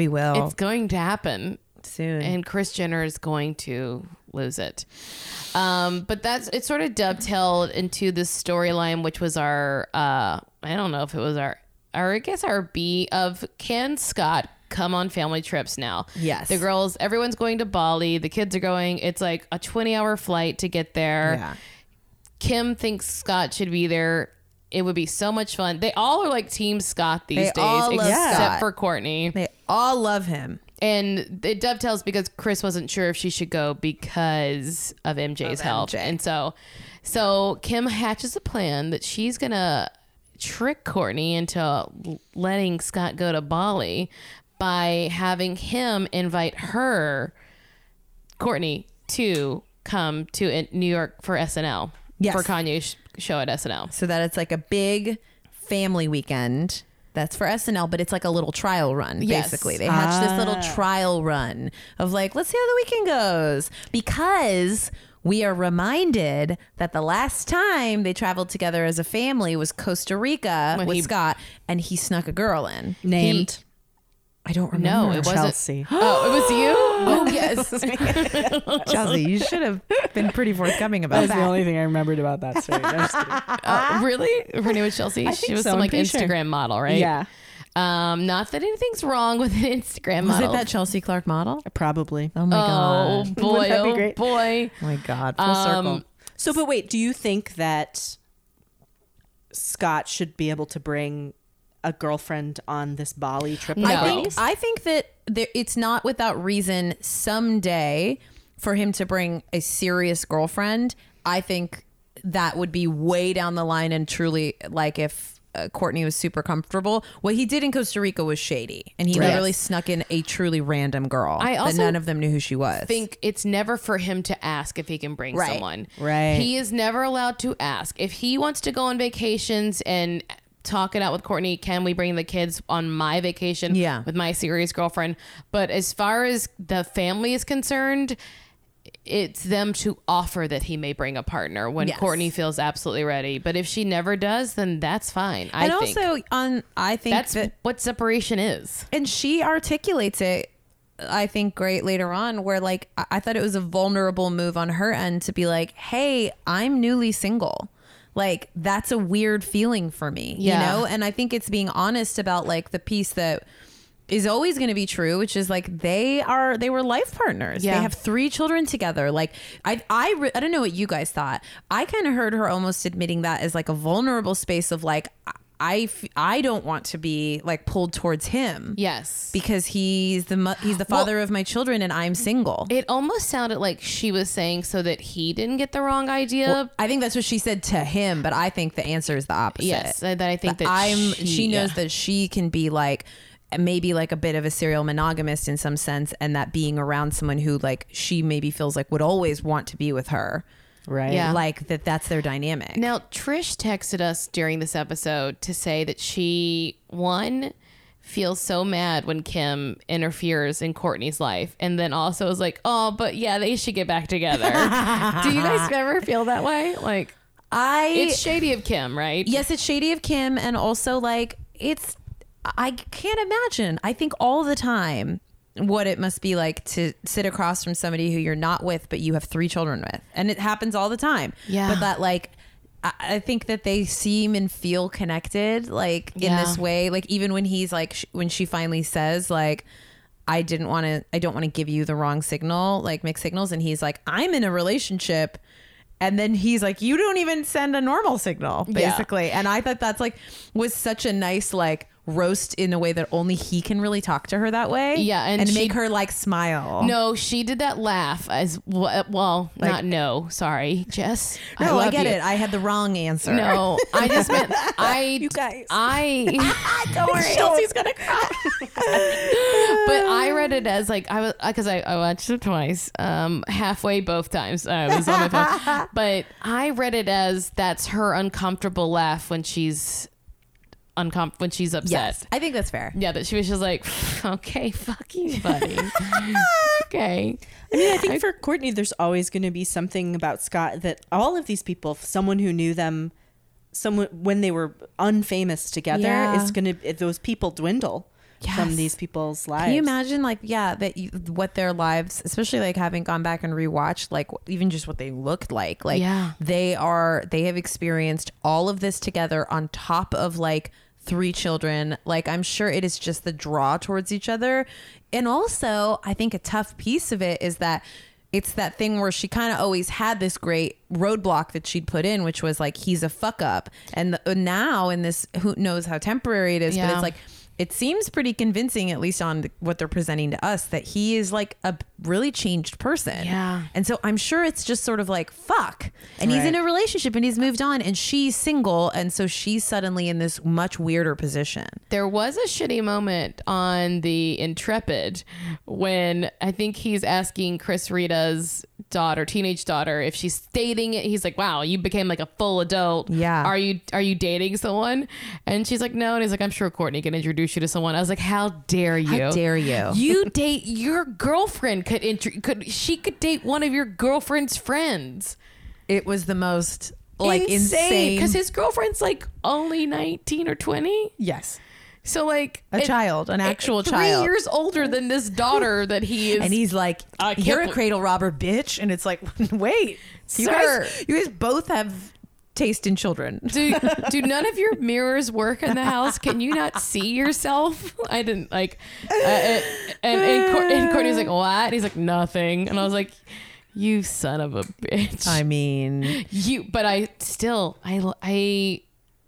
Speaker 1: We will
Speaker 3: it's going to happen
Speaker 1: soon.
Speaker 3: and Chris Jenner is going to lose it. Um, but that's it sort of dovetailed into this storyline, which was our uh, I don't know if it was our or I guess our B of can Scott come on family trips now?
Speaker 1: Yes.
Speaker 3: The girls, everyone's going to Bali, the kids are going, it's like a twenty hour flight to get there.
Speaker 1: yeah.
Speaker 3: Kim thinks Scott should be there. It would be so much fun. They all are like Team Scott these
Speaker 1: They
Speaker 3: days,
Speaker 1: all love
Speaker 3: except
Speaker 1: Scott.
Speaker 3: for Courtney.
Speaker 1: They all love him.
Speaker 3: And it dovetails because Chris wasn't sure if she should go because of MJ's health.
Speaker 1: MJ.
Speaker 3: And so so Kim hatches a plan that she's going to trick Courtney into l- letting Scott go to Bali by having him invite her Courtney to come to in- New York for SNL.
Speaker 1: Yes.
Speaker 3: For Kanye's sh- show at SNL.
Speaker 1: so that it's like a big family weekend. That's for SNL, but it's like a little trial run,
Speaker 3: Yes. Ah.
Speaker 1: basically. They hatch this little trial run of like, let's see how the weekend goes. Because we are reminded that the last time they traveled together as a family was Costa Rica
Speaker 3: When
Speaker 1: with
Speaker 3: he-
Speaker 1: Scott, and he snuck a girl in.
Speaker 2: Named
Speaker 1: I don't
Speaker 3: No,
Speaker 1: remember.
Speaker 3: it wasn't.
Speaker 2: Chelsea.
Speaker 3: Oh, it was you? Oh, yes.
Speaker 1: Chelsea, you should have been pretty forthcoming about
Speaker 2: That's the only thing I remembered about that story. I'm just kidding.
Speaker 3: Oh, really? Her name was Chelsea. she
Speaker 2: Ah. think
Speaker 3: was
Speaker 2: so.
Speaker 3: some
Speaker 2: I'm
Speaker 3: like
Speaker 2: pretty sure.
Speaker 3: Instagram model, right?
Speaker 2: Yeah,
Speaker 3: Um, not that anything's wrong with an Instagram
Speaker 1: Was
Speaker 3: model.
Speaker 1: it that Chelsea Clark model?
Speaker 2: probably.
Speaker 1: Oh my
Speaker 3: oh
Speaker 1: god!
Speaker 3: boy!
Speaker 2: Wouldn't that be
Speaker 3: Oh
Speaker 2: great?
Speaker 3: boy!
Speaker 1: Oh my god! Full circle.
Speaker 3: Um,
Speaker 2: So, but wait, do you think that Scott should be able to bring a girlfriend on this Bali trip? with
Speaker 3: No.
Speaker 1: I
Speaker 2: him?
Speaker 1: think I think that there, it's not without reason someday for him to bring a serious girlfriend. I think that would be way down the line and truly like if uh, Courtney was super comfortable. What he did in Costa Rica was shady, and he
Speaker 3: Right.
Speaker 1: literally snuck in a truly random girl
Speaker 3: I
Speaker 1: that
Speaker 3: also
Speaker 1: none of them knew who she was.
Speaker 3: think it's never for him to ask if he can bring
Speaker 1: Right.
Speaker 3: someone.
Speaker 2: Right.
Speaker 3: He is never allowed to ask. If he wants to go on vacations and talk it out with Courtney, can we bring the kids on my vacation
Speaker 1: Yeah.
Speaker 3: with my serious girlfriend? But as far as the family is concerned, it's them to offer that he may bring a partner when
Speaker 1: Yes.
Speaker 3: Courtney feels absolutely ready. But if she never does, then that's fine. I
Speaker 1: and
Speaker 3: think
Speaker 1: also on I think
Speaker 3: that's
Speaker 1: that
Speaker 3: what separation is.
Speaker 1: and she articulates it i think great later on where like I-, I thought it was a vulnerable move on her end to be like hey i'm newly single like that's a weird feeling for me
Speaker 3: Yeah.
Speaker 1: you know and i think it's being honest about like the piece that is always going to be true which is like they are they were life partners
Speaker 3: Yeah.
Speaker 1: they have three children together like i i re- i don't know what you guys thought i kind of heard her almost admitting that as like a vulnerable space of like I I f- I don't want to be like pulled towards him
Speaker 3: Yes.
Speaker 1: because he's the mo- he's the father of my children and I'm single.
Speaker 3: It almost sounded like she was saying so that he didn't get the wrong idea.
Speaker 1: I think that's what she said to him, but I think the answer is the opposite.
Speaker 3: yes, that I think that
Speaker 1: I'm she, knows
Speaker 3: yeah.
Speaker 1: that she can be like maybe like a bit of a serial monogamist in some sense and that being around someone who like she maybe feels like would always want to be with her.
Speaker 2: Right.
Speaker 3: Yeah.
Speaker 1: Like that that's their dynamic.
Speaker 3: Now, Trish texted us during this episode to say that she, one, feels so mad when Kim interferes in Courtney's life. And then also is like, oh, but yeah, they should get back together. Do you guys ever feel that way? Like,
Speaker 1: I
Speaker 3: it's shady of Kim, right?
Speaker 1: yes, it's shady of Kim, and also like it's I can't imagine. I think all the time what it must be like to sit across from somebody who you're not with, but you have three children with, and it happens all the time.
Speaker 3: Yeah.
Speaker 1: but that like. I- I think that they seem and feel connected, like in
Speaker 3: Yeah.
Speaker 1: this way. Like even when he's like, sh- when she finally says, like, I didn't want to, I don't want to give you the wrong signal, like mixed signals, and he's like, I'm in a relationship, and then he's like, you don't even send a normal signal,
Speaker 3: Yeah.
Speaker 1: basically. And I thought that's like was such a nice like roast in a way that only he can really talk to her that way.
Speaker 3: Yeah, and
Speaker 1: and
Speaker 3: she-
Speaker 1: make her like smile.
Speaker 3: No, she did that laugh as well. well not no, sorry, Jess.
Speaker 1: No, Oh, I,
Speaker 3: love
Speaker 1: get
Speaker 3: you.
Speaker 1: it. I had the wrong answer.
Speaker 3: No, I just meant I. You
Speaker 2: guys.
Speaker 3: I.
Speaker 1: don't worry, Chelsea's gonna cry.
Speaker 3: But I read it as like I was because I, I watched it twice, um, halfway both times. I was on my phone, but I read it as that's her uncomfortable laugh when she's uncom when she's upset.
Speaker 1: Yes, I think that's fair.
Speaker 3: Yeah, that she was just like, okay, fuck you, buddy. okay.
Speaker 2: I mean, I think for Courtney, there's always going to be something about Scott that all of these people, someone who knew them, someone when they were unfamous together,
Speaker 1: Yeah.
Speaker 2: is going to those people dwindle from
Speaker 1: Yes.
Speaker 2: these people's lives.
Speaker 1: Can you imagine, like, yeah, that you, what their lives, especially like having gone back and rewatched, like even just what they looked like, like
Speaker 3: Yeah.
Speaker 1: they are, they have experienced all of this together on top of like three children. Like, I'm sure it is just the draw towards each other. And also, I think a tough piece of it is that it's that thing where she kind of always had this great roadblock that she'd put in, which was like he's a fuck up, and the, now in this who knows how temporary it is, but
Speaker 3: Yeah.
Speaker 1: it's like it seems pretty convincing, at least on what they're presenting to us, that he is like a really changed person.
Speaker 3: Yeah.
Speaker 1: and so I'm sure it's just sort of like fuck, and he's in a relationship and he's moved on, and she's single, and so she's suddenly in this much weirder position.
Speaker 3: There was a shitty moment on the Intrepid when I think he's asking Chris Rita's daughter, teenage daughter, if she's dating it. He's like, "Wow, you became like a full adult.
Speaker 1: Yeah.
Speaker 3: are you are you dating someone?" And she's like, "No." And he's like, "I'm sure Courtney can introduce you to someone." I was like, "How dare you?
Speaker 1: dare you.
Speaker 3: You date your girlfriend could intro- could she could date one of your girlfriend's friends?
Speaker 1: It was the most like insane.
Speaker 3: because his girlfriend's like only nineteen or twenty.
Speaker 2: Yes.
Speaker 3: So like
Speaker 1: A child, an actual
Speaker 3: three
Speaker 1: child.
Speaker 3: years older than this daughter that he is.
Speaker 1: and he's like,
Speaker 3: I can't
Speaker 1: "You're a
Speaker 3: bel-
Speaker 1: cradle robber, bitch!" And it's like, "Wait, you
Speaker 3: Sir.
Speaker 1: guys, you guys both have taste in children."
Speaker 3: do do none of your mirrors work in the house? Can you not see yourself? I didn't like. Uh, and and, Cour- and Courtney's like, what? And he's like, nothing. And I was like, you son of a bitch.
Speaker 1: I mean,
Speaker 3: you, but I still, I, l- I,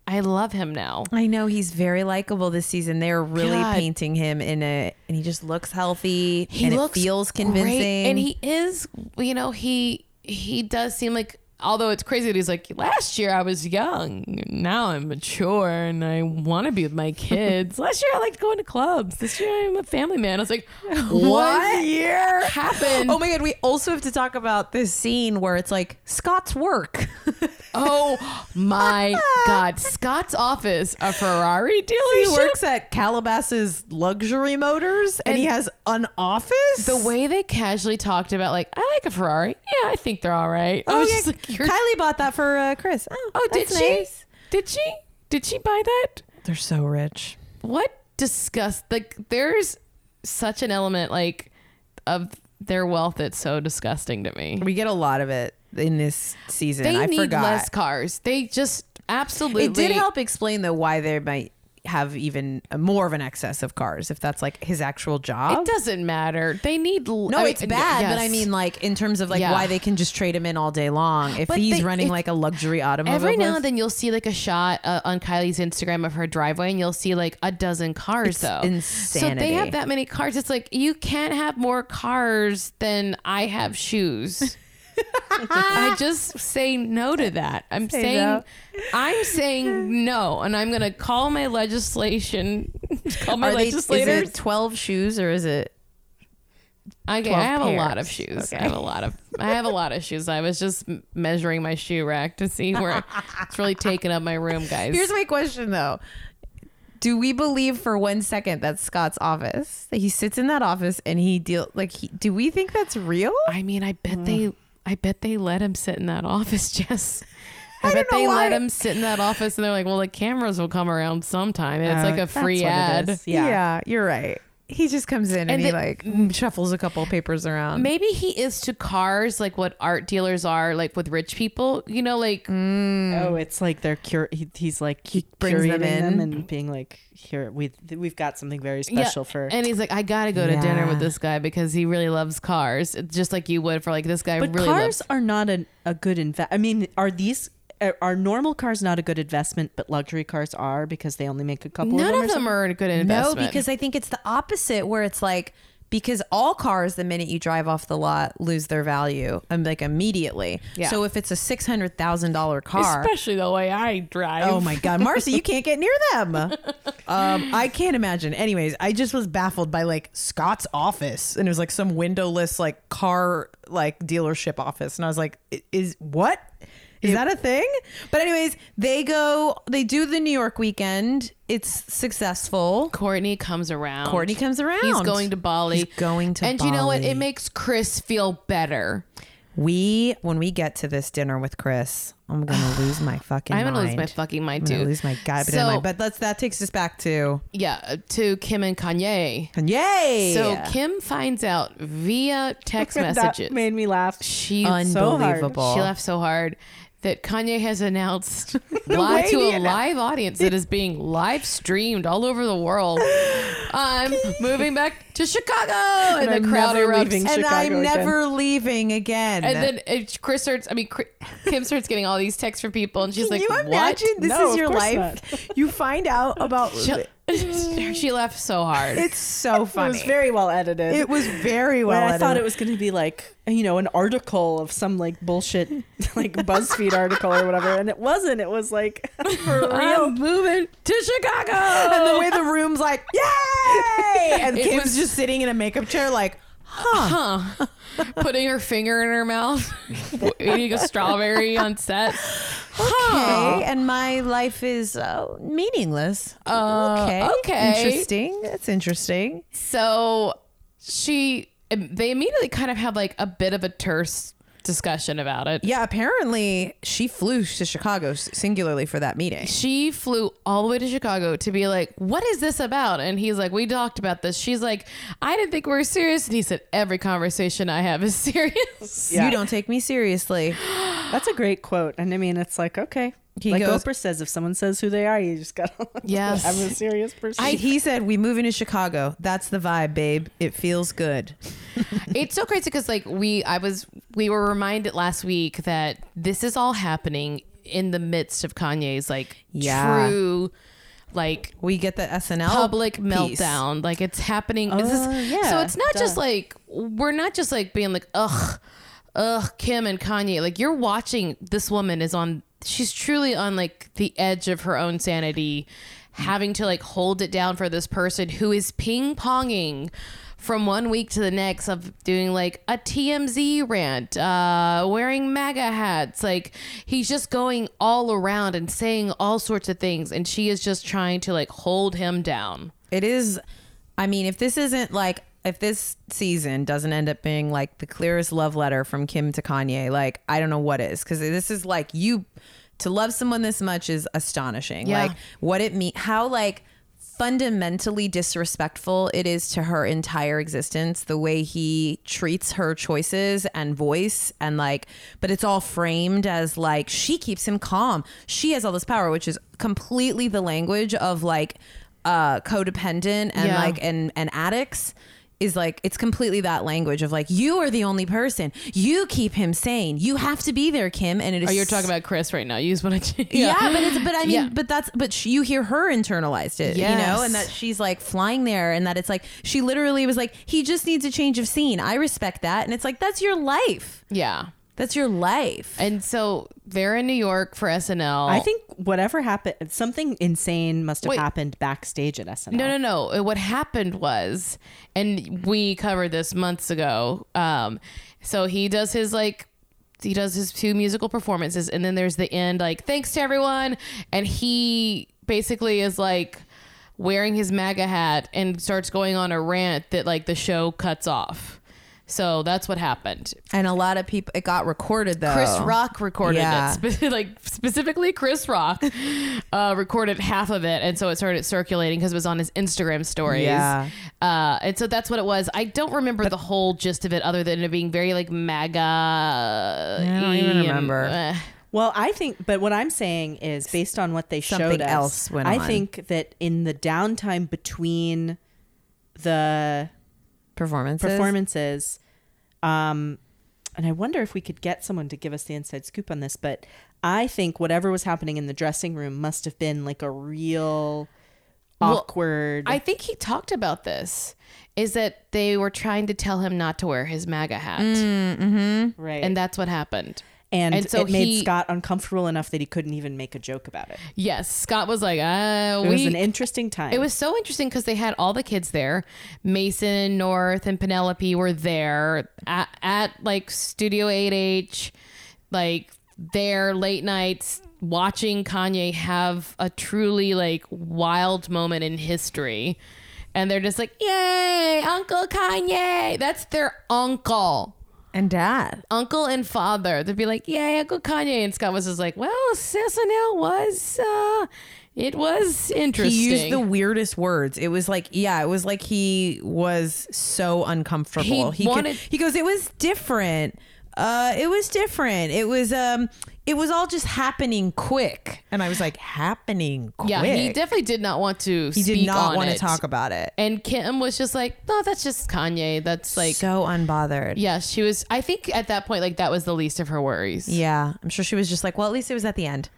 Speaker 3: I love him now.
Speaker 1: I know he's very likable this season. They're really
Speaker 3: God.
Speaker 1: painting him in a, and he just looks healthy. and it feels
Speaker 3: great,
Speaker 1: convincing,
Speaker 3: and he is you know he he does seem like although it's crazy that he's like last year i was young now i'm mature and i want to be with my kids last year i liked going to clubs this year i'm a family man i was like what
Speaker 1: year
Speaker 3: happened
Speaker 1: Oh my god! We also have to talk about this scene where it's like Scott's work.
Speaker 3: oh my god scott's office a ferrari dealership
Speaker 1: he works at Calabasas Luxury Motors, and, he has an office.
Speaker 3: the way they casually talked about like i like a ferrari yeah i think they're all right i
Speaker 1: Oh,
Speaker 3: was
Speaker 1: yeah.
Speaker 3: just like you're
Speaker 1: Kylie bought that for uh, Chris. Oh,
Speaker 3: Oh, did
Speaker 1: that's
Speaker 3: she?
Speaker 1: nice.
Speaker 3: Did she? Did she buy that?
Speaker 1: They're so rich.
Speaker 3: What disgust? Like, there's such an element like of their wealth that's so disgusting to me.
Speaker 1: We get a lot of it in this season.
Speaker 3: They
Speaker 1: I
Speaker 3: need
Speaker 1: forgot.
Speaker 3: less cars. They just absolutely.
Speaker 1: it did help explain though why they might have even more of an excess of cars if that's like his actual job.
Speaker 3: It doesn't matter. They need. l-
Speaker 1: no,
Speaker 3: I mean,
Speaker 1: it's bad, but I
Speaker 3: yes.
Speaker 1: mean, like in terms of like
Speaker 3: Yeah.
Speaker 1: why they can just trade him in all day long if
Speaker 3: But
Speaker 1: he's
Speaker 3: they-
Speaker 1: running
Speaker 3: if-
Speaker 1: like a luxury automobile.
Speaker 3: Every now
Speaker 1: business.
Speaker 3: and then you'll see like a shot uh, on Kylie's Instagram of her driveway, and you'll see like a dozen cars. though, so
Speaker 1: insanity.
Speaker 3: they have that many cars. It's like you can't have more cars than I have shoes. I just say no to that. I'm saying,
Speaker 1: no.
Speaker 3: I'm saying no, and I'm gonna call my legislation. Call my
Speaker 1: Are they, is
Speaker 3: legislators.
Speaker 1: it twelve shoes or is it?
Speaker 3: Okay,
Speaker 1: 12
Speaker 3: I have a lot
Speaker 1: pairs.
Speaker 3: of shoes.
Speaker 1: Okay.
Speaker 3: I have a lot of I have a lot of shoes. I was just m- measuring my shoe rack to see where it's really taking up my room, guys.
Speaker 1: Here's my question though. Do we believe for one second that's Scott's office? That he sits in that office and he deal like he, do we think that's real?
Speaker 3: I mean, I
Speaker 1: Mm.
Speaker 3: bet they I bet they let him sit in that office, Jess. I,
Speaker 1: I
Speaker 3: bet
Speaker 1: don't know
Speaker 3: they let
Speaker 1: why.
Speaker 3: him sit in that office and they're like, well, the cameras will come around sometime. And it's
Speaker 2: Oh,
Speaker 1: Uh,
Speaker 3: like a
Speaker 2: that's
Speaker 3: free
Speaker 2: what it
Speaker 3: ad.
Speaker 2: is.
Speaker 1: Yeah.
Speaker 2: Yeah.
Speaker 1: you're right. He just comes in and,
Speaker 3: And
Speaker 1: he
Speaker 3: the-
Speaker 1: like mm, shuffles a couple papers around.
Speaker 3: Maybe he is to cars like what art dealers are like with rich people, you know, like
Speaker 1: Mm.
Speaker 2: Oh, it's like they're cur- he, he's like he
Speaker 1: brings them
Speaker 2: curating them,
Speaker 1: in.
Speaker 2: and being like, here we we've got something very
Speaker 3: Yeah,
Speaker 2: special for.
Speaker 3: And he's like, I gotta go to dinner
Speaker 1: Yeah.
Speaker 3: with this guy because he really loves cars, It's just like you would for like this guy
Speaker 2: but
Speaker 3: really
Speaker 2: cars
Speaker 3: loves.
Speaker 2: are not an, a good invest. I mean, are these are- are normal cars not a good investment? But luxury cars are because they only make a couple. of
Speaker 3: None
Speaker 2: them or
Speaker 3: of them are a good investment.
Speaker 1: No, because I think it's the opposite where it's like because all cars the minute you drive off the lot lose their value um, like immediately.
Speaker 3: Yeah.
Speaker 1: So if it's a six hundred thousand dollar car,
Speaker 3: especially the way I drive.
Speaker 1: Oh my God, Marcy, you can't get near them. Um, I can't imagine. Anyways, I just was baffled by like Scott's office, and it was like some windowless like car like dealership office, and I was like, "I- is what? Is that a thing? But anyways, they go, they do the New York weekend. It's successful.
Speaker 3: Courtney comes around.
Speaker 1: Courtney comes around.
Speaker 3: He's going to Bali.
Speaker 1: He's going to
Speaker 3: And you know what?
Speaker 1: Bali.
Speaker 3: It makes Chris feel better.
Speaker 1: We when we get to this dinner with Chris, I'm gonna lose my fucking.
Speaker 3: I'm gonna lose my
Speaker 1: mind.
Speaker 3: fucking mind
Speaker 1: I'm
Speaker 3: too.
Speaker 1: gonna lose my god.
Speaker 3: So-
Speaker 1: mind. But let's that takes us back to
Speaker 3: Yeah, uh, to Kim and Kanye.
Speaker 1: yay.
Speaker 3: So Kim finds out via text messages.
Speaker 2: made me laugh.
Speaker 3: she
Speaker 1: unbelievable.
Speaker 3: She laughed so hard that Kanye has announced live to a live audience that is being live streamed all over the world. I'm moving back to Chicago, and,
Speaker 2: And
Speaker 3: the
Speaker 2: I'm
Speaker 3: crowd
Speaker 2: never
Speaker 3: erupts.
Speaker 2: leaving
Speaker 3: And,
Speaker 1: and
Speaker 2: Chicago
Speaker 1: I'm
Speaker 2: again.
Speaker 1: never leaving again.
Speaker 3: and then it, Chris starts. I mean, Chris, Kim starts getting all these texts from people, and she's
Speaker 1: Can
Speaker 3: like,
Speaker 1: you
Speaker 3: "What?"
Speaker 1: imagine this
Speaker 2: No,
Speaker 1: is
Speaker 2: of
Speaker 1: your
Speaker 2: course
Speaker 1: life? You find out about
Speaker 3: she, she laughed so hard.
Speaker 1: it's so funny.
Speaker 2: It was very well edited.
Speaker 1: It was very well.
Speaker 2: When I thought
Speaker 1: edited.
Speaker 2: it was going to be like you know an article of some like bullshit like BuzzFeed article or whatever, and it wasn't. It was like for real.
Speaker 3: I'm moving to Chicago.
Speaker 1: and the way the room's like, yay! And
Speaker 3: Oh. It
Speaker 1: Kim's
Speaker 3: was-
Speaker 1: just sitting in a makeup chair, like, huh?
Speaker 3: Huh. Putting her finger in her mouth, eating a strawberry on set. Huh.
Speaker 1: Okay, and my life is uh, meaningless.
Speaker 3: Uh,
Speaker 1: okay,
Speaker 3: okay.
Speaker 1: interesting. That's interesting.
Speaker 3: So she, they immediately kind of have like a bit of a terse discussion about it.
Speaker 1: Yeah, apparently she flew to Chicago s- singularly for that meeting.
Speaker 3: She flew all the way to Chicago to be like, What is this about? And he's like, We talked about this. She's like, I didn't think we were serious. And he said, Every conversation I have is serious.
Speaker 2: Yeah.
Speaker 1: You don't take me seriously.
Speaker 2: That's a great quote, and I mean it's like okay,
Speaker 1: He
Speaker 2: like
Speaker 1: goes-
Speaker 2: Oprah says, if someone says who they are, you just gotta.
Speaker 3: Yes.
Speaker 2: I'm a serious person.
Speaker 1: he said, "We moving to Chicago. That's the vibe, babe. It feels good."
Speaker 3: it's so crazy because like we i was we were reminded last week that this is all happening in the midst of kanye's like
Speaker 1: Yeah.
Speaker 3: true like
Speaker 1: We get the SNL
Speaker 3: public
Speaker 1: piece.
Speaker 3: meltdown like it's happening This is-
Speaker 2: Oh, yeah,
Speaker 3: so it's not just
Speaker 2: duh.
Speaker 3: like we're not just like being like ugh ugh kim and kanye like you're watching this woman is on she's truly on like the edge of her own sanity having to like hold it down for this person who is ping-ponging from one week to the next of doing like a TMZ rant, uh, wearing MAGA hats. Like he's just going all around and saying all sorts of things. And she is just trying to like hold him down.
Speaker 1: It is. I mean, if this isn't like, if this season doesn't end up being like the clearest love letter from Kim to Kanye, like, I don't know what is. Cause this is like, you, to love someone this much is astonishing.
Speaker 3: Yeah.
Speaker 1: Like, what it mean, how like fundamentally disrespectful it is to her entire existence, the way he treats her choices and voice. And like, but it's all framed as like, she keeps him calm. She has all this power, which is completely the language of like, uh codependent and
Speaker 3: Yeah.
Speaker 1: like and and addicts is like it's completely that language of like you are the only person you keep him sane you have to be there kim and it is
Speaker 3: Oh, you're talking about Chris right now. You just want to.
Speaker 1: yeah. but it's but I mean,
Speaker 3: Yeah.
Speaker 1: but that's but she, you hear her internalized it, you know,
Speaker 3: Yes.
Speaker 1: and that she's like flying there, and that it's like she literally was like, he just needs a change of scene. I respect that, and it's like that's your life,
Speaker 3: Yeah.
Speaker 1: that's your life.
Speaker 3: And so they're in New York for SNL.
Speaker 2: I think whatever happened, something insane must have
Speaker 3: Wait.
Speaker 2: happened backstage at SNL.
Speaker 3: No, no, no. What happened was, and we covered this months ago. Um, so he does his like, he does his two musical performances, and then there's the end, like thanks to everyone, and he basically is like wearing his MAGA hat and starts going on a rant that like the show cuts off. So that's what happened.
Speaker 1: And a lot of people, it got recorded though.
Speaker 3: Chris Rock recorded
Speaker 1: Oh. Yeah.
Speaker 3: it, spe- like specifically Chris Rock uh, recorded half of it, and so it started circulating because it was on his Instagram stories.
Speaker 1: Yeah.
Speaker 3: uh, and so that's what it was. I don't remember the whole gist of it, other than it being very like MAGA. I
Speaker 1: don't even remember.
Speaker 3: uh,
Speaker 2: Well, I think, but what I'm saying is based on what they
Speaker 1: Something
Speaker 2: showed us.
Speaker 1: else went
Speaker 2: I
Speaker 1: on.
Speaker 2: think that in the downtime between the
Speaker 1: performances.
Speaker 2: performances, um, and I wonder if we could get someone to give us the inside scoop on this, but I think whatever was happening in the dressing room must have been like a real
Speaker 3: Well,
Speaker 2: awkward.
Speaker 3: I think he talked about this. Is that they were trying to tell him not to wear his MAGA hat,
Speaker 1: Mm.
Speaker 2: right.
Speaker 3: and that's what happened.
Speaker 2: and,
Speaker 3: and so
Speaker 2: it made
Speaker 3: he-
Speaker 2: Scott uncomfortable enough that he couldn't even make a joke about it.
Speaker 3: Yes, Scott was like, uh,
Speaker 2: It
Speaker 3: we,
Speaker 2: was an interesting time.
Speaker 3: It was so interesting because they had all the kids there. Mason, North, and Penelope were there at, at like Studio 8H, like their late nights watching Kanye have a truly like wild moment in history. And they're just like, yay, Uncle Kanye. That's their uncle.
Speaker 1: and Dad.
Speaker 3: Uncle and father. They'd be like, yay, Uncle Kanye. And Scott was just like, well, SNL was, uh, it was interesting.
Speaker 1: He used the weirdest words. It was like, yeah, it was like he was so uncomfortable.
Speaker 3: He
Speaker 1: could-
Speaker 3: wanted-
Speaker 1: he goes, it was different. uh, it was different. It was um, it was all just happening quick, and I was like, happening quick.
Speaker 3: Yeah, he definitely did not want to.
Speaker 1: He did
Speaker 3: speak
Speaker 1: not
Speaker 3: on
Speaker 1: want to
Speaker 3: it.
Speaker 1: talk about it.
Speaker 3: And Kim was just like, no, that's just Kanye. That's like,
Speaker 1: so unbothered.
Speaker 3: yeah, she was. I think at that point, like that was the least of her worries.
Speaker 1: Yeah, I'm sure she was just like, well, at least it was at the end.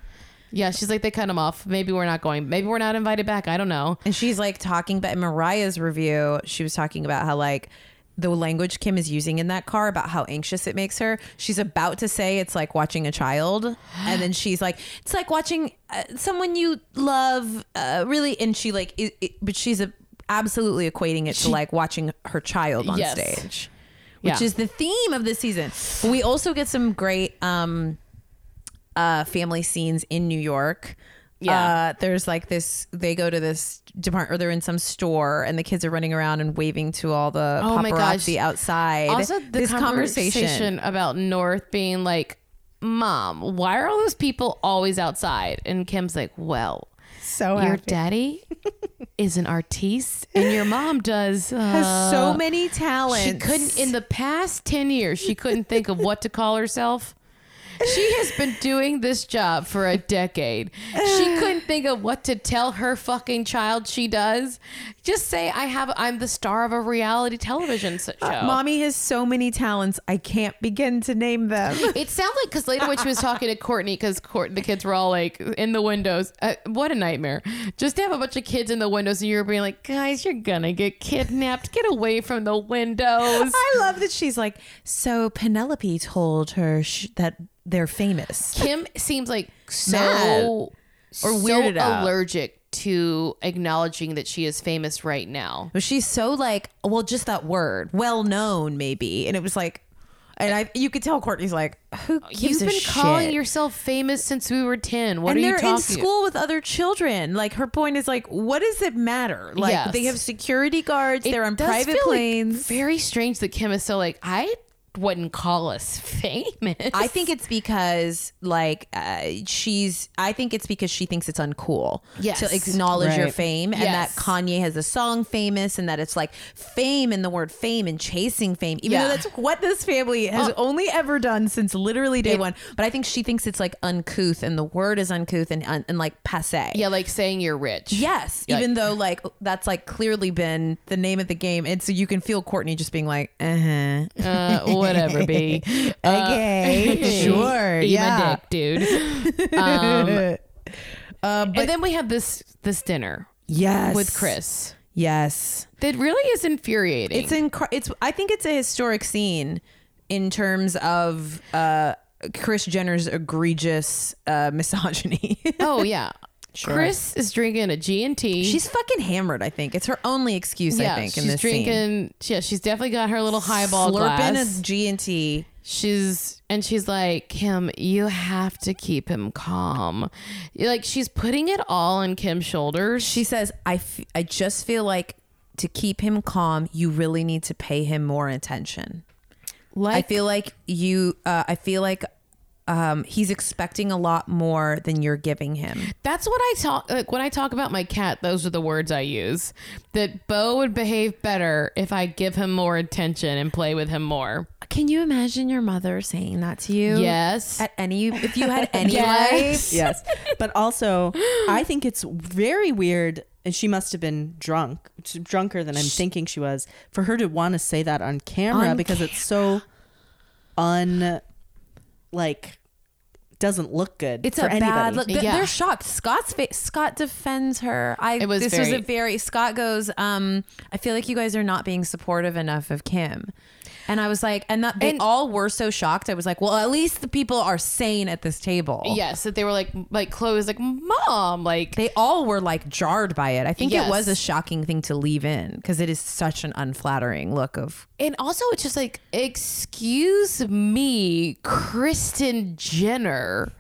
Speaker 3: Yeah, she's like, they cut him off. Maybe we're not going. Maybe we're not invited back. I don't know.
Speaker 1: And she's like talking about in Mariah's review, she was talking about how like the language Kim is using in that car about how anxious it makes her. She's about to say it's like watching a child, and then she's like, it's like watching uh, someone you love, uh, really. And she like, it, it- but she's a, absolutely equating it to like watching her child on
Speaker 3: Yes.
Speaker 1: stage, which
Speaker 3: Yeah.
Speaker 1: is the theme of the season. We also get some great. um uh, family scenes in New York.
Speaker 3: Yeah.
Speaker 1: Uh, there's like this, they go to this department or they're in some store and the kids are running around and waving to all the
Speaker 3: Oh my gosh.
Speaker 1: paparazzi outside.
Speaker 3: Also, the
Speaker 1: this
Speaker 3: conversation, about North being like, Mom, why are all those people always outside? And Kim's like, Well,
Speaker 1: So
Speaker 3: your daddy is an artiste and your mom does. Uh,
Speaker 1: has so many talents.
Speaker 3: she couldn't, in the past 10 years, she couldn't think of what to call herself. She has been doing this job for a decade. She couldn't think of what to tell her fucking child she does. Just say I have I'm the star of a reality television s- show.
Speaker 1: Uh, Mommy has so many talents. I can't begin to name them.
Speaker 3: It sounds like because later when she was talking to Courtney, because Court, the kids were all like in the windows. Uh, what a nightmare! Just to have a bunch of kids in the windows, and you're being like, guys, you're gonna get kidnapped. Get away from the windows.
Speaker 1: I love that she's like, so Penelope told her sh- that they're famous.
Speaker 3: Kim seems like
Speaker 1: Mad.
Speaker 3: so
Speaker 1: Or
Speaker 3: so
Speaker 1: weirded out.
Speaker 3: allergic to acknowledging that she is famous right now.
Speaker 1: But she's so like, well, just that word, well known, maybe. And it was like, and I, you could tell Courtney's like, who gives
Speaker 3: You've
Speaker 1: a
Speaker 3: been calling
Speaker 1: shit?
Speaker 3: yourself famous since we were ten. What
Speaker 1: and
Speaker 3: are
Speaker 1: they're
Speaker 3: you talking?
Speaker 1: in school with other children. Like her point is like, what does it matter? Like
Speaker 3: Yes.
Speaker 1: they have security guards.
Speaker 3: It
Speaker 1: they're on
Speaker 3: does
Speaker 1: private
Speaker 3: feel, like,
Speaker 1: planes.
Speaker 3: very strange that Kim is so like I wouldn't call us famous.
Speaker 1: I think it's because like uh, she's. I think it's because she thinks it's uncool
Speaker 3: Yes.
Speaker 1: to acknowledge your
Speaker 2: Right.
Speaker 1: fame, and that
Speaker 3: Yes.
Speaker 1: Kanye has a song famous, and that it's like fame and the word fame and chasing fame. Even though
Speaker 3: Yeah.
Speaker 1: that's what this family has only ever done since literally day one. But I think she thinks it's like uncouth, and the word is uncouth and and, like passe.
Speaker 3: Yeah, like saying you're rich.
Speaker 1: Yes,
Speaker 3: Yeah.
Speaker 1: even though like that's like clearly been the name of the game, and so you can feel Courtney just being like, uh huh,
Speaker 3: Uh, whatever, B.
Speaker 1: okay, sure,
Speaker 3: Eat
Speaker 1: yeah.
Speaker 3: my dick, dude. Um,
Speaker 1: Uh,
Speaker 3: and then we have this this dinner
Speaker 1: Yes,
Speaker 3: with Chris
Speaker 1: Yes,
Speaker 3: that really is infuriating.
Speaker 1: it's in. It's I think it's a historic scene in terms of uh Chris Jenner's egregious uh misogyny.
Speaker 3: oh yeah, Chris is drinking a G and T.
Speaker 1: She's fucking hammered. I think it's her only excuse. I think
Speaker 3: she's
Speaker 1: in this scene,
Speaker 3: drinking. Yeah, she's definitely got her little highball
Speaker 1: slurping
Speaker 3: glass.
Speaker 1: a G and T.
Speaker 3: she's and she's like kim you have to keep him calm like she's putting it all on kim's shoulders
Speaker 1: She says, I, f- I just feel like to keep him calm, you really need to pay him more attention.
Speaker 3: like
Speaker 1: I feel like you, uh, I feel like um, he's expecting a lot more than you're giving him.
Speaker 3: That's what I talk like when I talk about my cat, those are the words I use. That Bo would behave better if I give him more attention and play with him more.
Speaker 1: Can you imagine your mother saying that to you?
Speaker 3: Yes.
Speaker 1: At any, if you had any
Speaker 3: Yes.
Speaker 1: life.
Speaker 2: yes. But also, I think it's very weird. And she must have been drunk, drunker than I'm thinking she was, for her to want to say that on camera
Speaker 1: On
Speaker 2: because it's so un, like, doesn't look good.
Speaker 1: It's
Speaker 2: for
Speaker 1: a
Speaker 2: anybody.
Speaker 1: bad look. Th-
Speaker 3: Yeah.
Speaker 1: They're shocked. Scott's fa- Scott defends her. I
Speaker 3: It was
Speaker 1: this was
Speaker 3: very-
Speaker 1: a very Scott goes. Um, I feel like you guys are not being supportive enough of Kim, and I was like, and that they
Speaker 3: And-
Speaker 1: all were so shocked. I was like, well, at least the people are sane at this table.
Speaker 3: yes, that they were like like Chloe was like, Mom, like
Speaker 1: They all were like jarred by it. I think
Speaker 3: Yes.
Speaker 1: it was a shocking thing to leave in because it is such an unflattering look of
Speaker 3: and also it's just like, excuse me, Kristen Jenner,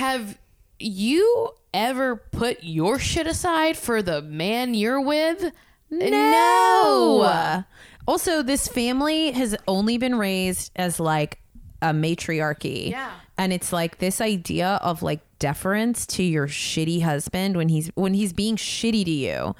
Speaker 3: have you ever put your shit aside for the man you're with?
Speaker 1: No. Also, this family has only been raised as like a matriarchy.
Speaker 3: Yeah.
Speaker 1: And it's like this idea of like deference to your shitty husband when he's when he's being shitty to you.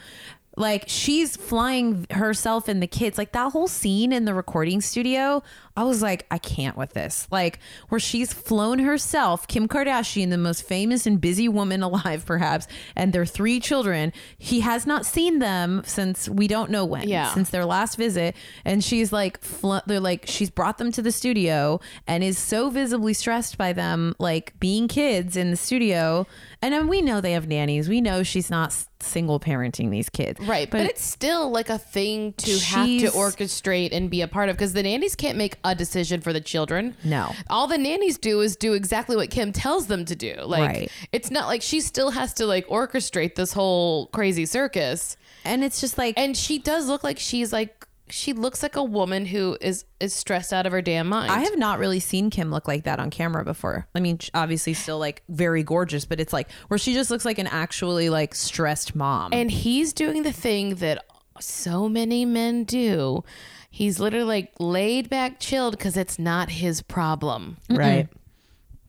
Speaker 1: Like she's flying herself and the kids. Like that whole scene in the recording studio. I was like, I can't with this. Like, where she's flown herself, Kim Kardashian, the most famous and busy woman alive, perhaps, and their three children. He has not seen them since we don't know when,
Speaker 3: Yeah.
Speaker 1: since their last visit. And she's like, fl- they're like, she's brought them to the studio and is so visibly stressed by them, like being kids in the studio. And then we know they have nannies. We know she's not s- single parenting these kids.
Speaker 3: Right, but, it's still like a thing to have to
Speaker 1: She's-
Speaker 3: orchestrate and be a part of because the nannies can't make a decision for the children.
Speaker 1: No.
Speaker 3: All the nannies do is do exactly what Kim tells them to do. Like
Speaker 1: Right.
Speaker 3: it's not like she still has to like orchestrate this whole crazy circus.
Speaker 1: and it's just like,
Speaker 3: And she does look like she's like she looks like a woman who is is stressed out of her damn mind.
Speaker 1: I have not really seen Kim look like that on camera before. I mean, sh- obviously still like very gorgeous, but it's like where she just looks like an actually like stressed mom.
Speaker 3: And he's doing the thing that so many men do. He's literally like laid back, chilled because it's not his problem.
Speaker 2: Right.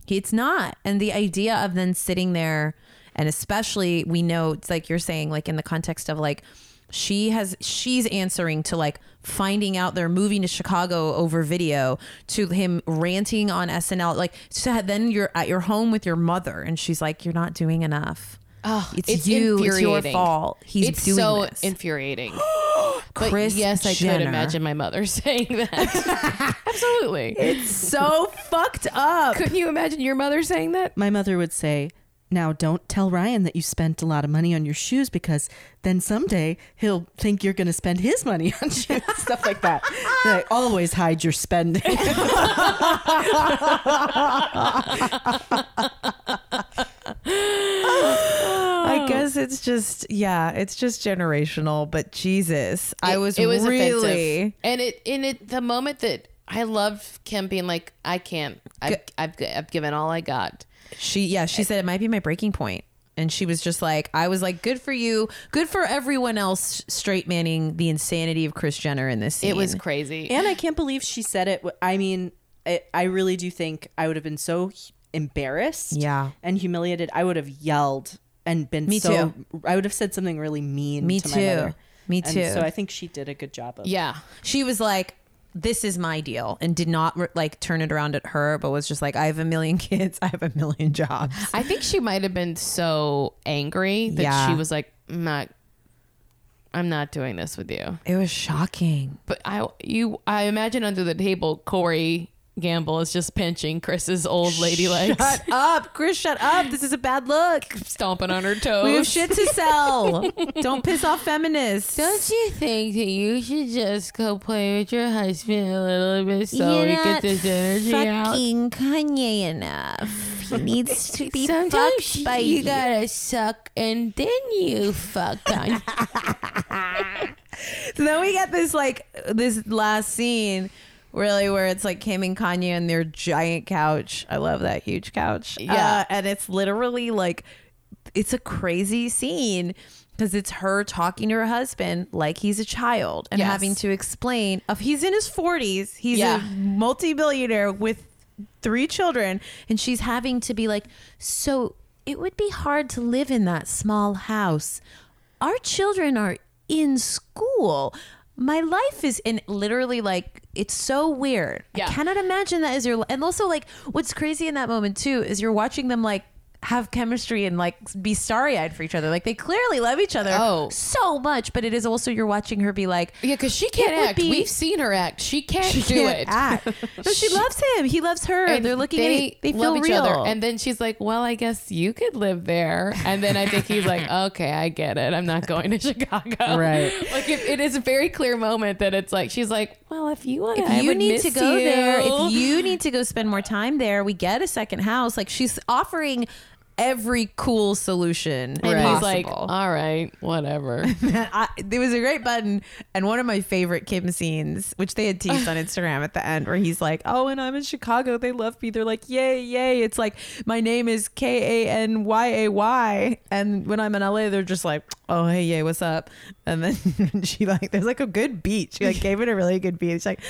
Speaker 1: it's not. And the idea of then sitting there and especially we know it's like you're saying like in the context of like she has she's answering to like finding out they're moving to Chicago over video to him ranting on SNL like so then you're at your home with your mother and she's like you're not doing enough.
Speaker 3: Oh,
Speaker 1: It's you, it's your fault. He's
Speaker 3: it's
Speaker 1: doing
Speaker 3: so
Speaker 1: this.
Speaker 3: infuriating. but
Speaker 1: Kris
Speaker 3: yes, I
Speaker 1: Jenner.
Speaker 3: could imagine my mother saying that. Absolutely.
Speaker 1: so fucked up.
Speaker 3: Couldn't you imagine your mother saying that?
Speaker 2: My mother would say, now don't tell Ryan that you spent a lot of money on your shoes because then someday he'll think you're going to spend his money on shoes, stuff like that. They always hide your spending.
Speaker 1: I guess it's just yeah, it's just generational. But Jesus, I
Speaker 3: It-
Speaker 1: was,
Speaker 3: it was
Speaker 1: really
Speaker 3: offensive. and it in it the moment that I love Kim being like I can't I've, I've I've given all I got.
Speaker 1: she yeah she said it might be my breaking point, and she was just like I was like good for you, good for everyone else straight manning the insanity of Chris Jenner in this scene.
Speaker 3: It was crazy.
Speaker 2: And I can't believe she said it. I mean, I, I really do think I would have been so hu- embarrassed
Speaker 1: Yeah.
Speaker 2: and humiliated. I would have yelled and been
Speaker 1: Me
Speaker 2: so. I would have said something really mean
Speaker 1: Me
Speaker 2: to my mother.
Speaker 1: too. Me
Speaker 2: And
Speaker 1: too.
Speaker 2: so I think she did a good job of
Speaker 3: yeah.
Speaker 1: she was like this is my deal and did not like turn it around at her but was just like i have a million kids i have a million jobs
Speaker 3: I think she might have been so angry that
Speaker 1: Yeah.
Speaker 3: she was like, I'm not, I'm not doing this with you.
Speaker 1: it was shocking
Speaker 3: But I, you, I imagine under the table, Corey Gamble is just pinching Chris's old lady legs,
Speaker 1: shut up chris shut up this is a bad look
Speaker 3: stomping on her toes.
Speaker 1: We have shit to sell. Don't piss off feminists.
Speaker 3: Don't you think that you should just go play with your husband a little bit so
Speaker 1: You're
Speaker 3: we
Speaker 1: not
Speaker 3: get this energy out?
Speaker 1: fucking Kanye enough. He needs to be
Speaker 3: Sometimes
Speaker 1: fucked by
Speaker 3: you gotta suck and then you fuck on.
Speaker 1: So then we get this like this last scene. Really, where it's like Kim and Kanye on their giant couch. I love that huge couch.
Speaker 3: Yeah.
Speaker 1: Uh, and it's literally like, it's a crazy scene because it's her talking to her husband like he's a child and
Speaker 3: Yes.
Speaker 1: having to explain. Of he's in his forties. He's
Speaker 3: Yeah.
Speaker 1: a multi-billionaire with three children, and she's having to be like, so it would be hard to live in that small house. Our children are in school. My life is in literally like it's so weird.
Speaker 3: Yeah.
Speaker 1: I cannot imagine that is your and also like what's crazy in that moment too is you're watching them like have chemistry and like be starry-eyed for each other. Like they clearly love each other
Speaker 3: Oh.
Speaker 1: so much, but it is also you're watching her be like
Speaker 3: Yeah, because she
Speaker 1: It
Speaker 3: can't
Speaker 1: would
Speaker 3: act.
Speaker 1: be-
Speaker 3: We've seen her act. She can't
Speaker 1: she
Speaker 3: do
Speaker 1: can't
Speaker 3: it.
Speaker 1: act. No, she loves him. He loves her. They're looking at it. They feel
Speaker 3: love each
Speaker 1: real.
Speaker 3: other. And then she's like, "Well, I guess you could live there." And then I think he's like, "Okay, I get it. I'm not going to Chicago."
Speaker 2: Right.
Speaker 3: Like if, it is a very clear moment that it's like she's like, "Well, if you want,
Speaker 1: if you need to go there, if you need to go spend more time there, we get a second house. Like she's offering every cool solution.
Speaker 3: and he's like,
Speaker 1: possible.
Speaker 3: "All right, whatever."
Speaker 1: I, there was a great button and one of my favorite Kim scenes, which they had teased on Instagram at the end, where he's like, "Oh, and I'm in Chicago. They love me. They're like, yay, yay!" It's like my name is K A N Y A Y, and when I'm in LA, they're just like, "Oh, hey, yay, what's up?" And then she like, there's like a good beat. She like gave it a really good beat. She's like.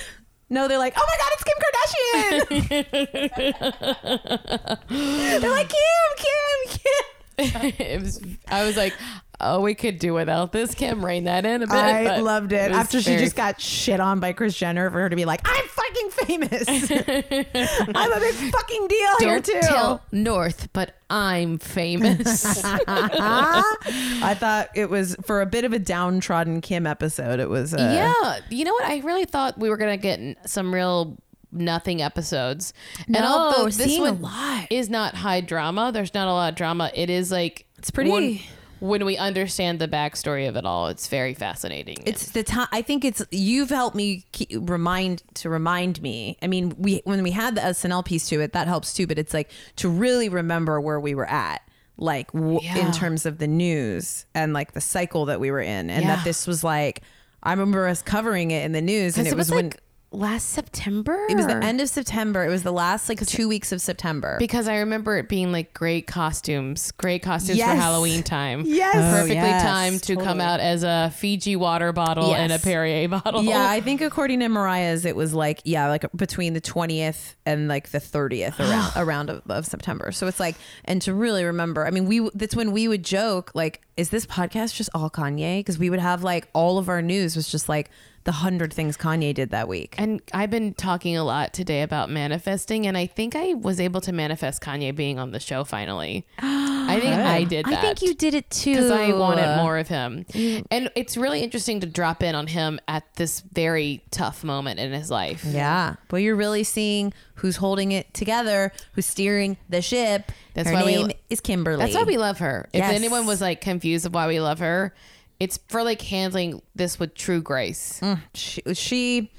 Speaker 1: No, they're like, oh my God, it's Kim Kardashian. they're like, Kim, Kim, Kim.
Speaker 3: it was, I was like. Oh, we could do without this, Kim. Rein that in a bit.
Speaker 1: I
Speaker 3: but
Speaker 1: loved it,
Speaker 3: was
Speaker 1: after she
Speaker 3: very
Speaker 1: just got shit on by Chris Jenner for her to be like, "I'm fucking famous. I'm a big fucking deal here
Speaker 3: Don't
Speaker 1: too.
Speaker 3: tell North, but I'm famous.
Speaker 1: I thought it was for a bit of a downtrodden Kim episode. It was uh,
Speaker 3: yeah. You know what? I really thought we were gonna get n- some real nothing episodes. and
Speaker 1: No,
Speaker 3: although this
Speaker 1: seeing a
Speaker 3: one
Speaker 1: lot.
Speaker 3: is not high drama, there's not a lot of drama. It is like
Speaker 1: It's pretty-
Speaker 3: When, when we understand the backstory of it all, it's very fascinating.
Speaker 1: It's the time. I think it's you've helped me keep, remind to remind me. I mean, we when we had the SNL piece to it, that helps too. But it's like to really remember where we were at, like w-
Speaker 3: Yeah.
Speaker 1: in terms of the news and like the cycle that we were in, and
Speaker 3: Yeah.
Speaker 1: that this was like. I remember us covering it in the news, and
Speaker 3: because
Speaker 1: it, was, when
Speaker 3: like last September.
Speaker 1: it was the end of September. It was the last like two weeks of September.
Speaker 3: Because I remember it being like great costumes, great costumes for
Speaker 1: Yes.
Speaker 3: Halloween time.
Speaker 1: Yes. Oh,
Speaker 3: perfectly
Speaker 2: yes,
Speaker 3: timed to come
Speaker 2: totally.
Speaker 3: out as a Fiji water bottle
Speaker 1: Yes.
Speaker 3: and a Perrier bottle.
Speaker 1: Yeah, I think according to Mariah's, it was like yeah, like between the twentieth and like the thirtieth around around of, of September. So it's like, and to really remember, I mean, we that's when we would joke like, is this podcast just all Kanye? Because we would have like all of our news was just like the hundred things Kanye did that week.
Speaker 3: And I've been talking a lot today about manifesting, and I think I was able to manifest Kanye being on the show finally. I think I did that.
Speaker 1: I think you did it too
Speaker 3: because I wanted more of him. And it's really interesting to drop in on him at this very tough moment in his life.
Speaker 1: Yeah, but you're really seeing who's holding it together, who's steering the ship.
Speaker 3: That's
Speaker 1: Her
Speaker 3: why we-
Speaker 1: name is Kimberly.
Speaker 3: That's why we love her. If
Speaker 1: Yes.
Speaker 3: anyone was like confused of why we love her, it's for like handling this with true grace.
Speaker 1: Mm, she, she.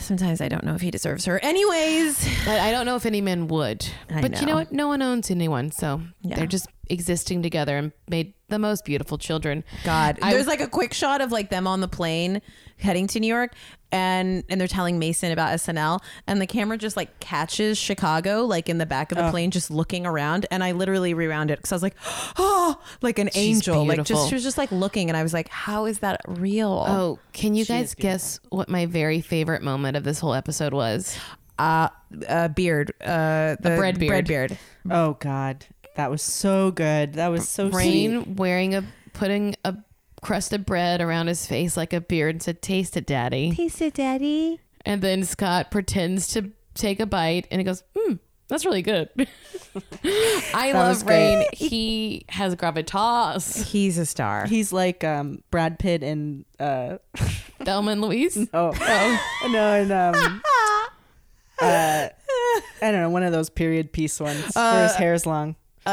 Speaker 1: Sometimes I don't know if he deserves her. Anyways.
Speaker 3: But I don't know if any men would.
Speaker 1: I
Speaker 3: but you know
Speaker 1: know.
Speaker 3: what? No one owns anyone, so
Speaker 1: Yeah.
Speaker 3: they're just existing together and made the most beautiful children.
Speaker 1: God,
Speaker 3: I-
Speaker 1: there's like a quick shot of like them on the plane heading to New York, and and they're telling Mason about SNL, and the camera just like catches Chicago like in the back of the plane, just looking around, and I literally rewound it because I was like, oh, like an angel, like
Speaker 3: beautiful.
Speaker 1: just she was just like looking, and I was like, how is that real?
Speaker 3: Oh, can you guys guess what my very favorite moment of this whole episode was?
Speaker 1: Uh, uh, beard, uh, the
Speaker 3: bread beard.
Speaker 1: bread beard.
Speaker 2: Oh God, that was so good. That was so sweet.
Speaker 3: Rain wearing a putting a crust of bread around his face like a beard and said, "Taste it, Daddy."
Speaker 1: Taste it, daddy.
Speaker 3: And then Scott pretends to take a bite and he goes, hmm, that's really good. I
Speaker 2: was
Speaker 3: love
Speaker 2: great.
Speaker 3: Rain. He has gravitas.
Speaker 1: He's a star.
Speaker 2: He's like um, Brad Pitt and uh,
Speaker 3: Thelma and
Speaker 1: Uh,
Speaker 3: Louise.
Speaker 2: oh no, and um,
Speaker 1: Ah.
Speaker 2: uh, I don't know, one of those period piece ones where his hair is long.
Speaker 3: oh,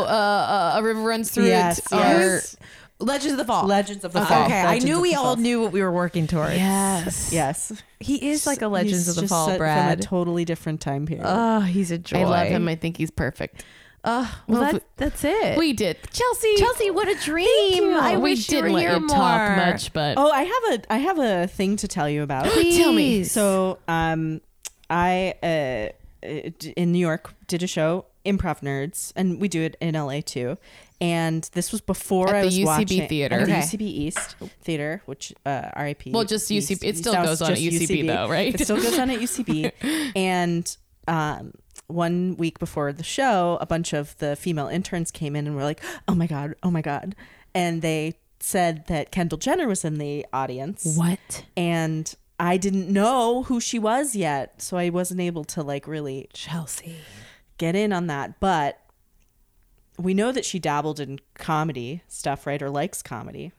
Speaker 3: uh, uh, A River Runs Through
Speaker 2: Yes,
Speaker 3: It. Oh,
Speaker 2: yes.
Speaker 1: Legends of the Fall.
Speaker 2: Legends of the
Speaker 1: okay,
Speaker 2: Fall.
Speaker 1: I
Speaker 2: Legends
Speaker 1: knew
Speaker 2: of
Speaker 1: we
Speaker 2: the
Speaker 1: all
Speaker 2: Fall.
Speaker 1: knew what we were working towards.
Speaker 3: yes.
Speaker 2: Yes,
Speaker 1: He is like a Legends
Speaker 2: He's
Speaker 1: of the
Speaker 2: just
Speaker 1: Fall,
Speaker 2: set
Speaker 1: Brad.
Speaker 2: From a totally different time period.
Speaker 1: Oh, he's a joy.
Speaker 3: I love him. I think he's perfect.
Speaker 1: Uh, well,
Speaker 3: Well,
Speaker 1: that, that's it.
Speaker 3: We did. Chelsea.
Speaker 1: Chelsea, what a dream! I
Speaker 3: we
Speaker 1: wish you
Speaker 3: didn't
Speaker 1: were
Speaker 3: let
Speaker 1: here
Speaker 3: you
Speaker 1: more.
Speaker 3: talk much, but
Speaker 2: oh, I have a I have a thing to tell you about.
Speaker 3: Tell me.
Speaker 1: Please.
Speaker 2: So, um, I uh, uh, d- in New York did a show, Improv Nerds, and we do it in LA too. And this was before
Speaker 3: At
Speaker 2: I
Speaker 3: the
Speaker 2: was
Speaker 3: UCB
Speaker 2: watching at
Speaker 3: theater.
Speaker 2: the
Speaker 1: Okay.
Speaker 2: UCB East Theater, which uh, RIP.
Speaker 3: Well, just
Speaker 2: East-
Speaker 3: UCB. It
Speaker 2: East
Speaker 3: still
Speaker 2: House,
Speaker 3: goes on at
Speaker 2: just
Speaker 3: UCB though, right?
Speaker 2: It still goes on at UCB. And um, one week before the show, a bunch of the female interns came in and were like, "Oh my god, oh my god," and they said that Kendall Jenner was in the audience
Speaker 1: What?
Speaker 2: and I didn't know who she was yet, so I wasn't able to like really
Speaker 1: Chelsea.
Speaker 2: get in on that. But we know that she dabbled in comedy stuff, right? Or likes comedy.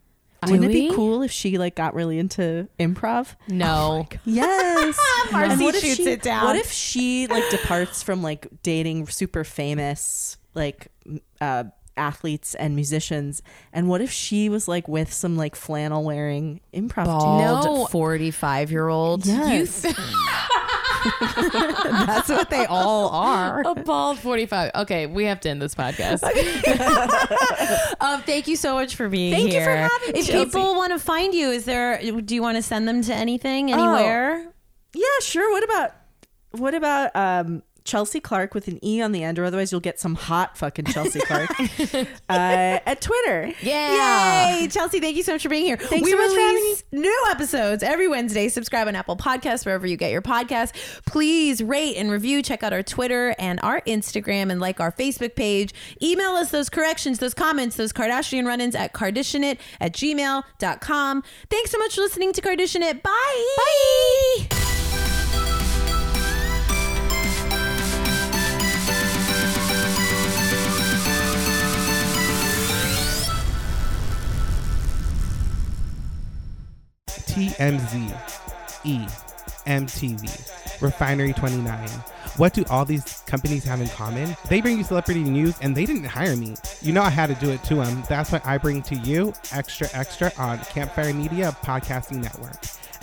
Speaker 2: Wouldn't it be
Speaker 3: we?
Speaker 2: cool if she like got really into improv?
Speaker 1: Oh
Speaker 3: no.
Speaker 2: Yes.
Speaker 1: Marcy
Speaker 2: And what if
Speaker 1: shoots
Speaker 2: she-
Speaker 1: it down.
Speaker 2: What if she like departs from like dating super famous like m- uh athletes and musicians and what if she was like with some like flannel wearing improv dude?
Speaker 3: No.
Speaker 1: Bald forty-five-year-old.
Speaker 2: Yes.
Speaker 1: That's what they all are.
Speaker 3: A bald 45. Okay, we have to end this podcast.
Speaker 1: Um, thank you so much for being
Speaker 2: Thank you
Speaker 1: here.
Speaker 2: for having me,
Speaker 1: If
Speaker 2: Chelsea.
Speaker 1: people want to find you, is there? Do you want to send them to anything, anywhere?
Speaker 2: Yeah, sure. What about what about um Chelsea Clark with an E on the end, or otherwise you'll get some hot fucking Chelsea Clark uh, at Twitter.
Speaker 1: Yeah. Yay. Chelsea, thank you so much for being here. Thanks we
Speaker 2: so much for having
Speaker 1: release new episodes every Wednesday. Subscribe on Apple Podcasts, wherever you get your podcasts. Please rate and review. Check out our Twitter and our Instagram and like our Facebook page. Email us those corrections, those comments, those Kardashian run ins at Kardashianit at gmail.com. Thanks so much for listening to Kardashianit. Bye. Bye.
Speaker 4: TMZ, E, MTV, Refinery 29. What do all these companies have in common? They bring you celebrity news and they didn't hire me. You know I had to do it to them. That's what I bring to you Extra Extra on Campfire Media Podcasting Network.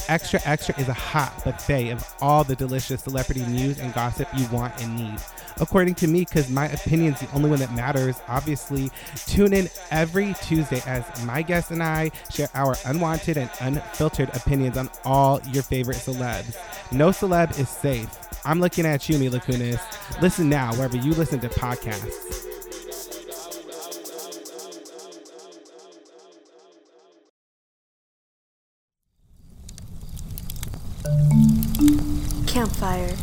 Speaker 4: Extra Extra is a hot buffet of all the delicious celebrity news and gossip you want and need. According to me, because my opinion's the only one that matters, obviously. Tune in every Tuesday as my guests and I share our unwanted and unfiltered opinions on all your favorite celebs. No celeb is safe. I'm looking at you, Mila Kunis. Listen now, wherever you listen to podcasts.
Speaker 5: Campfire.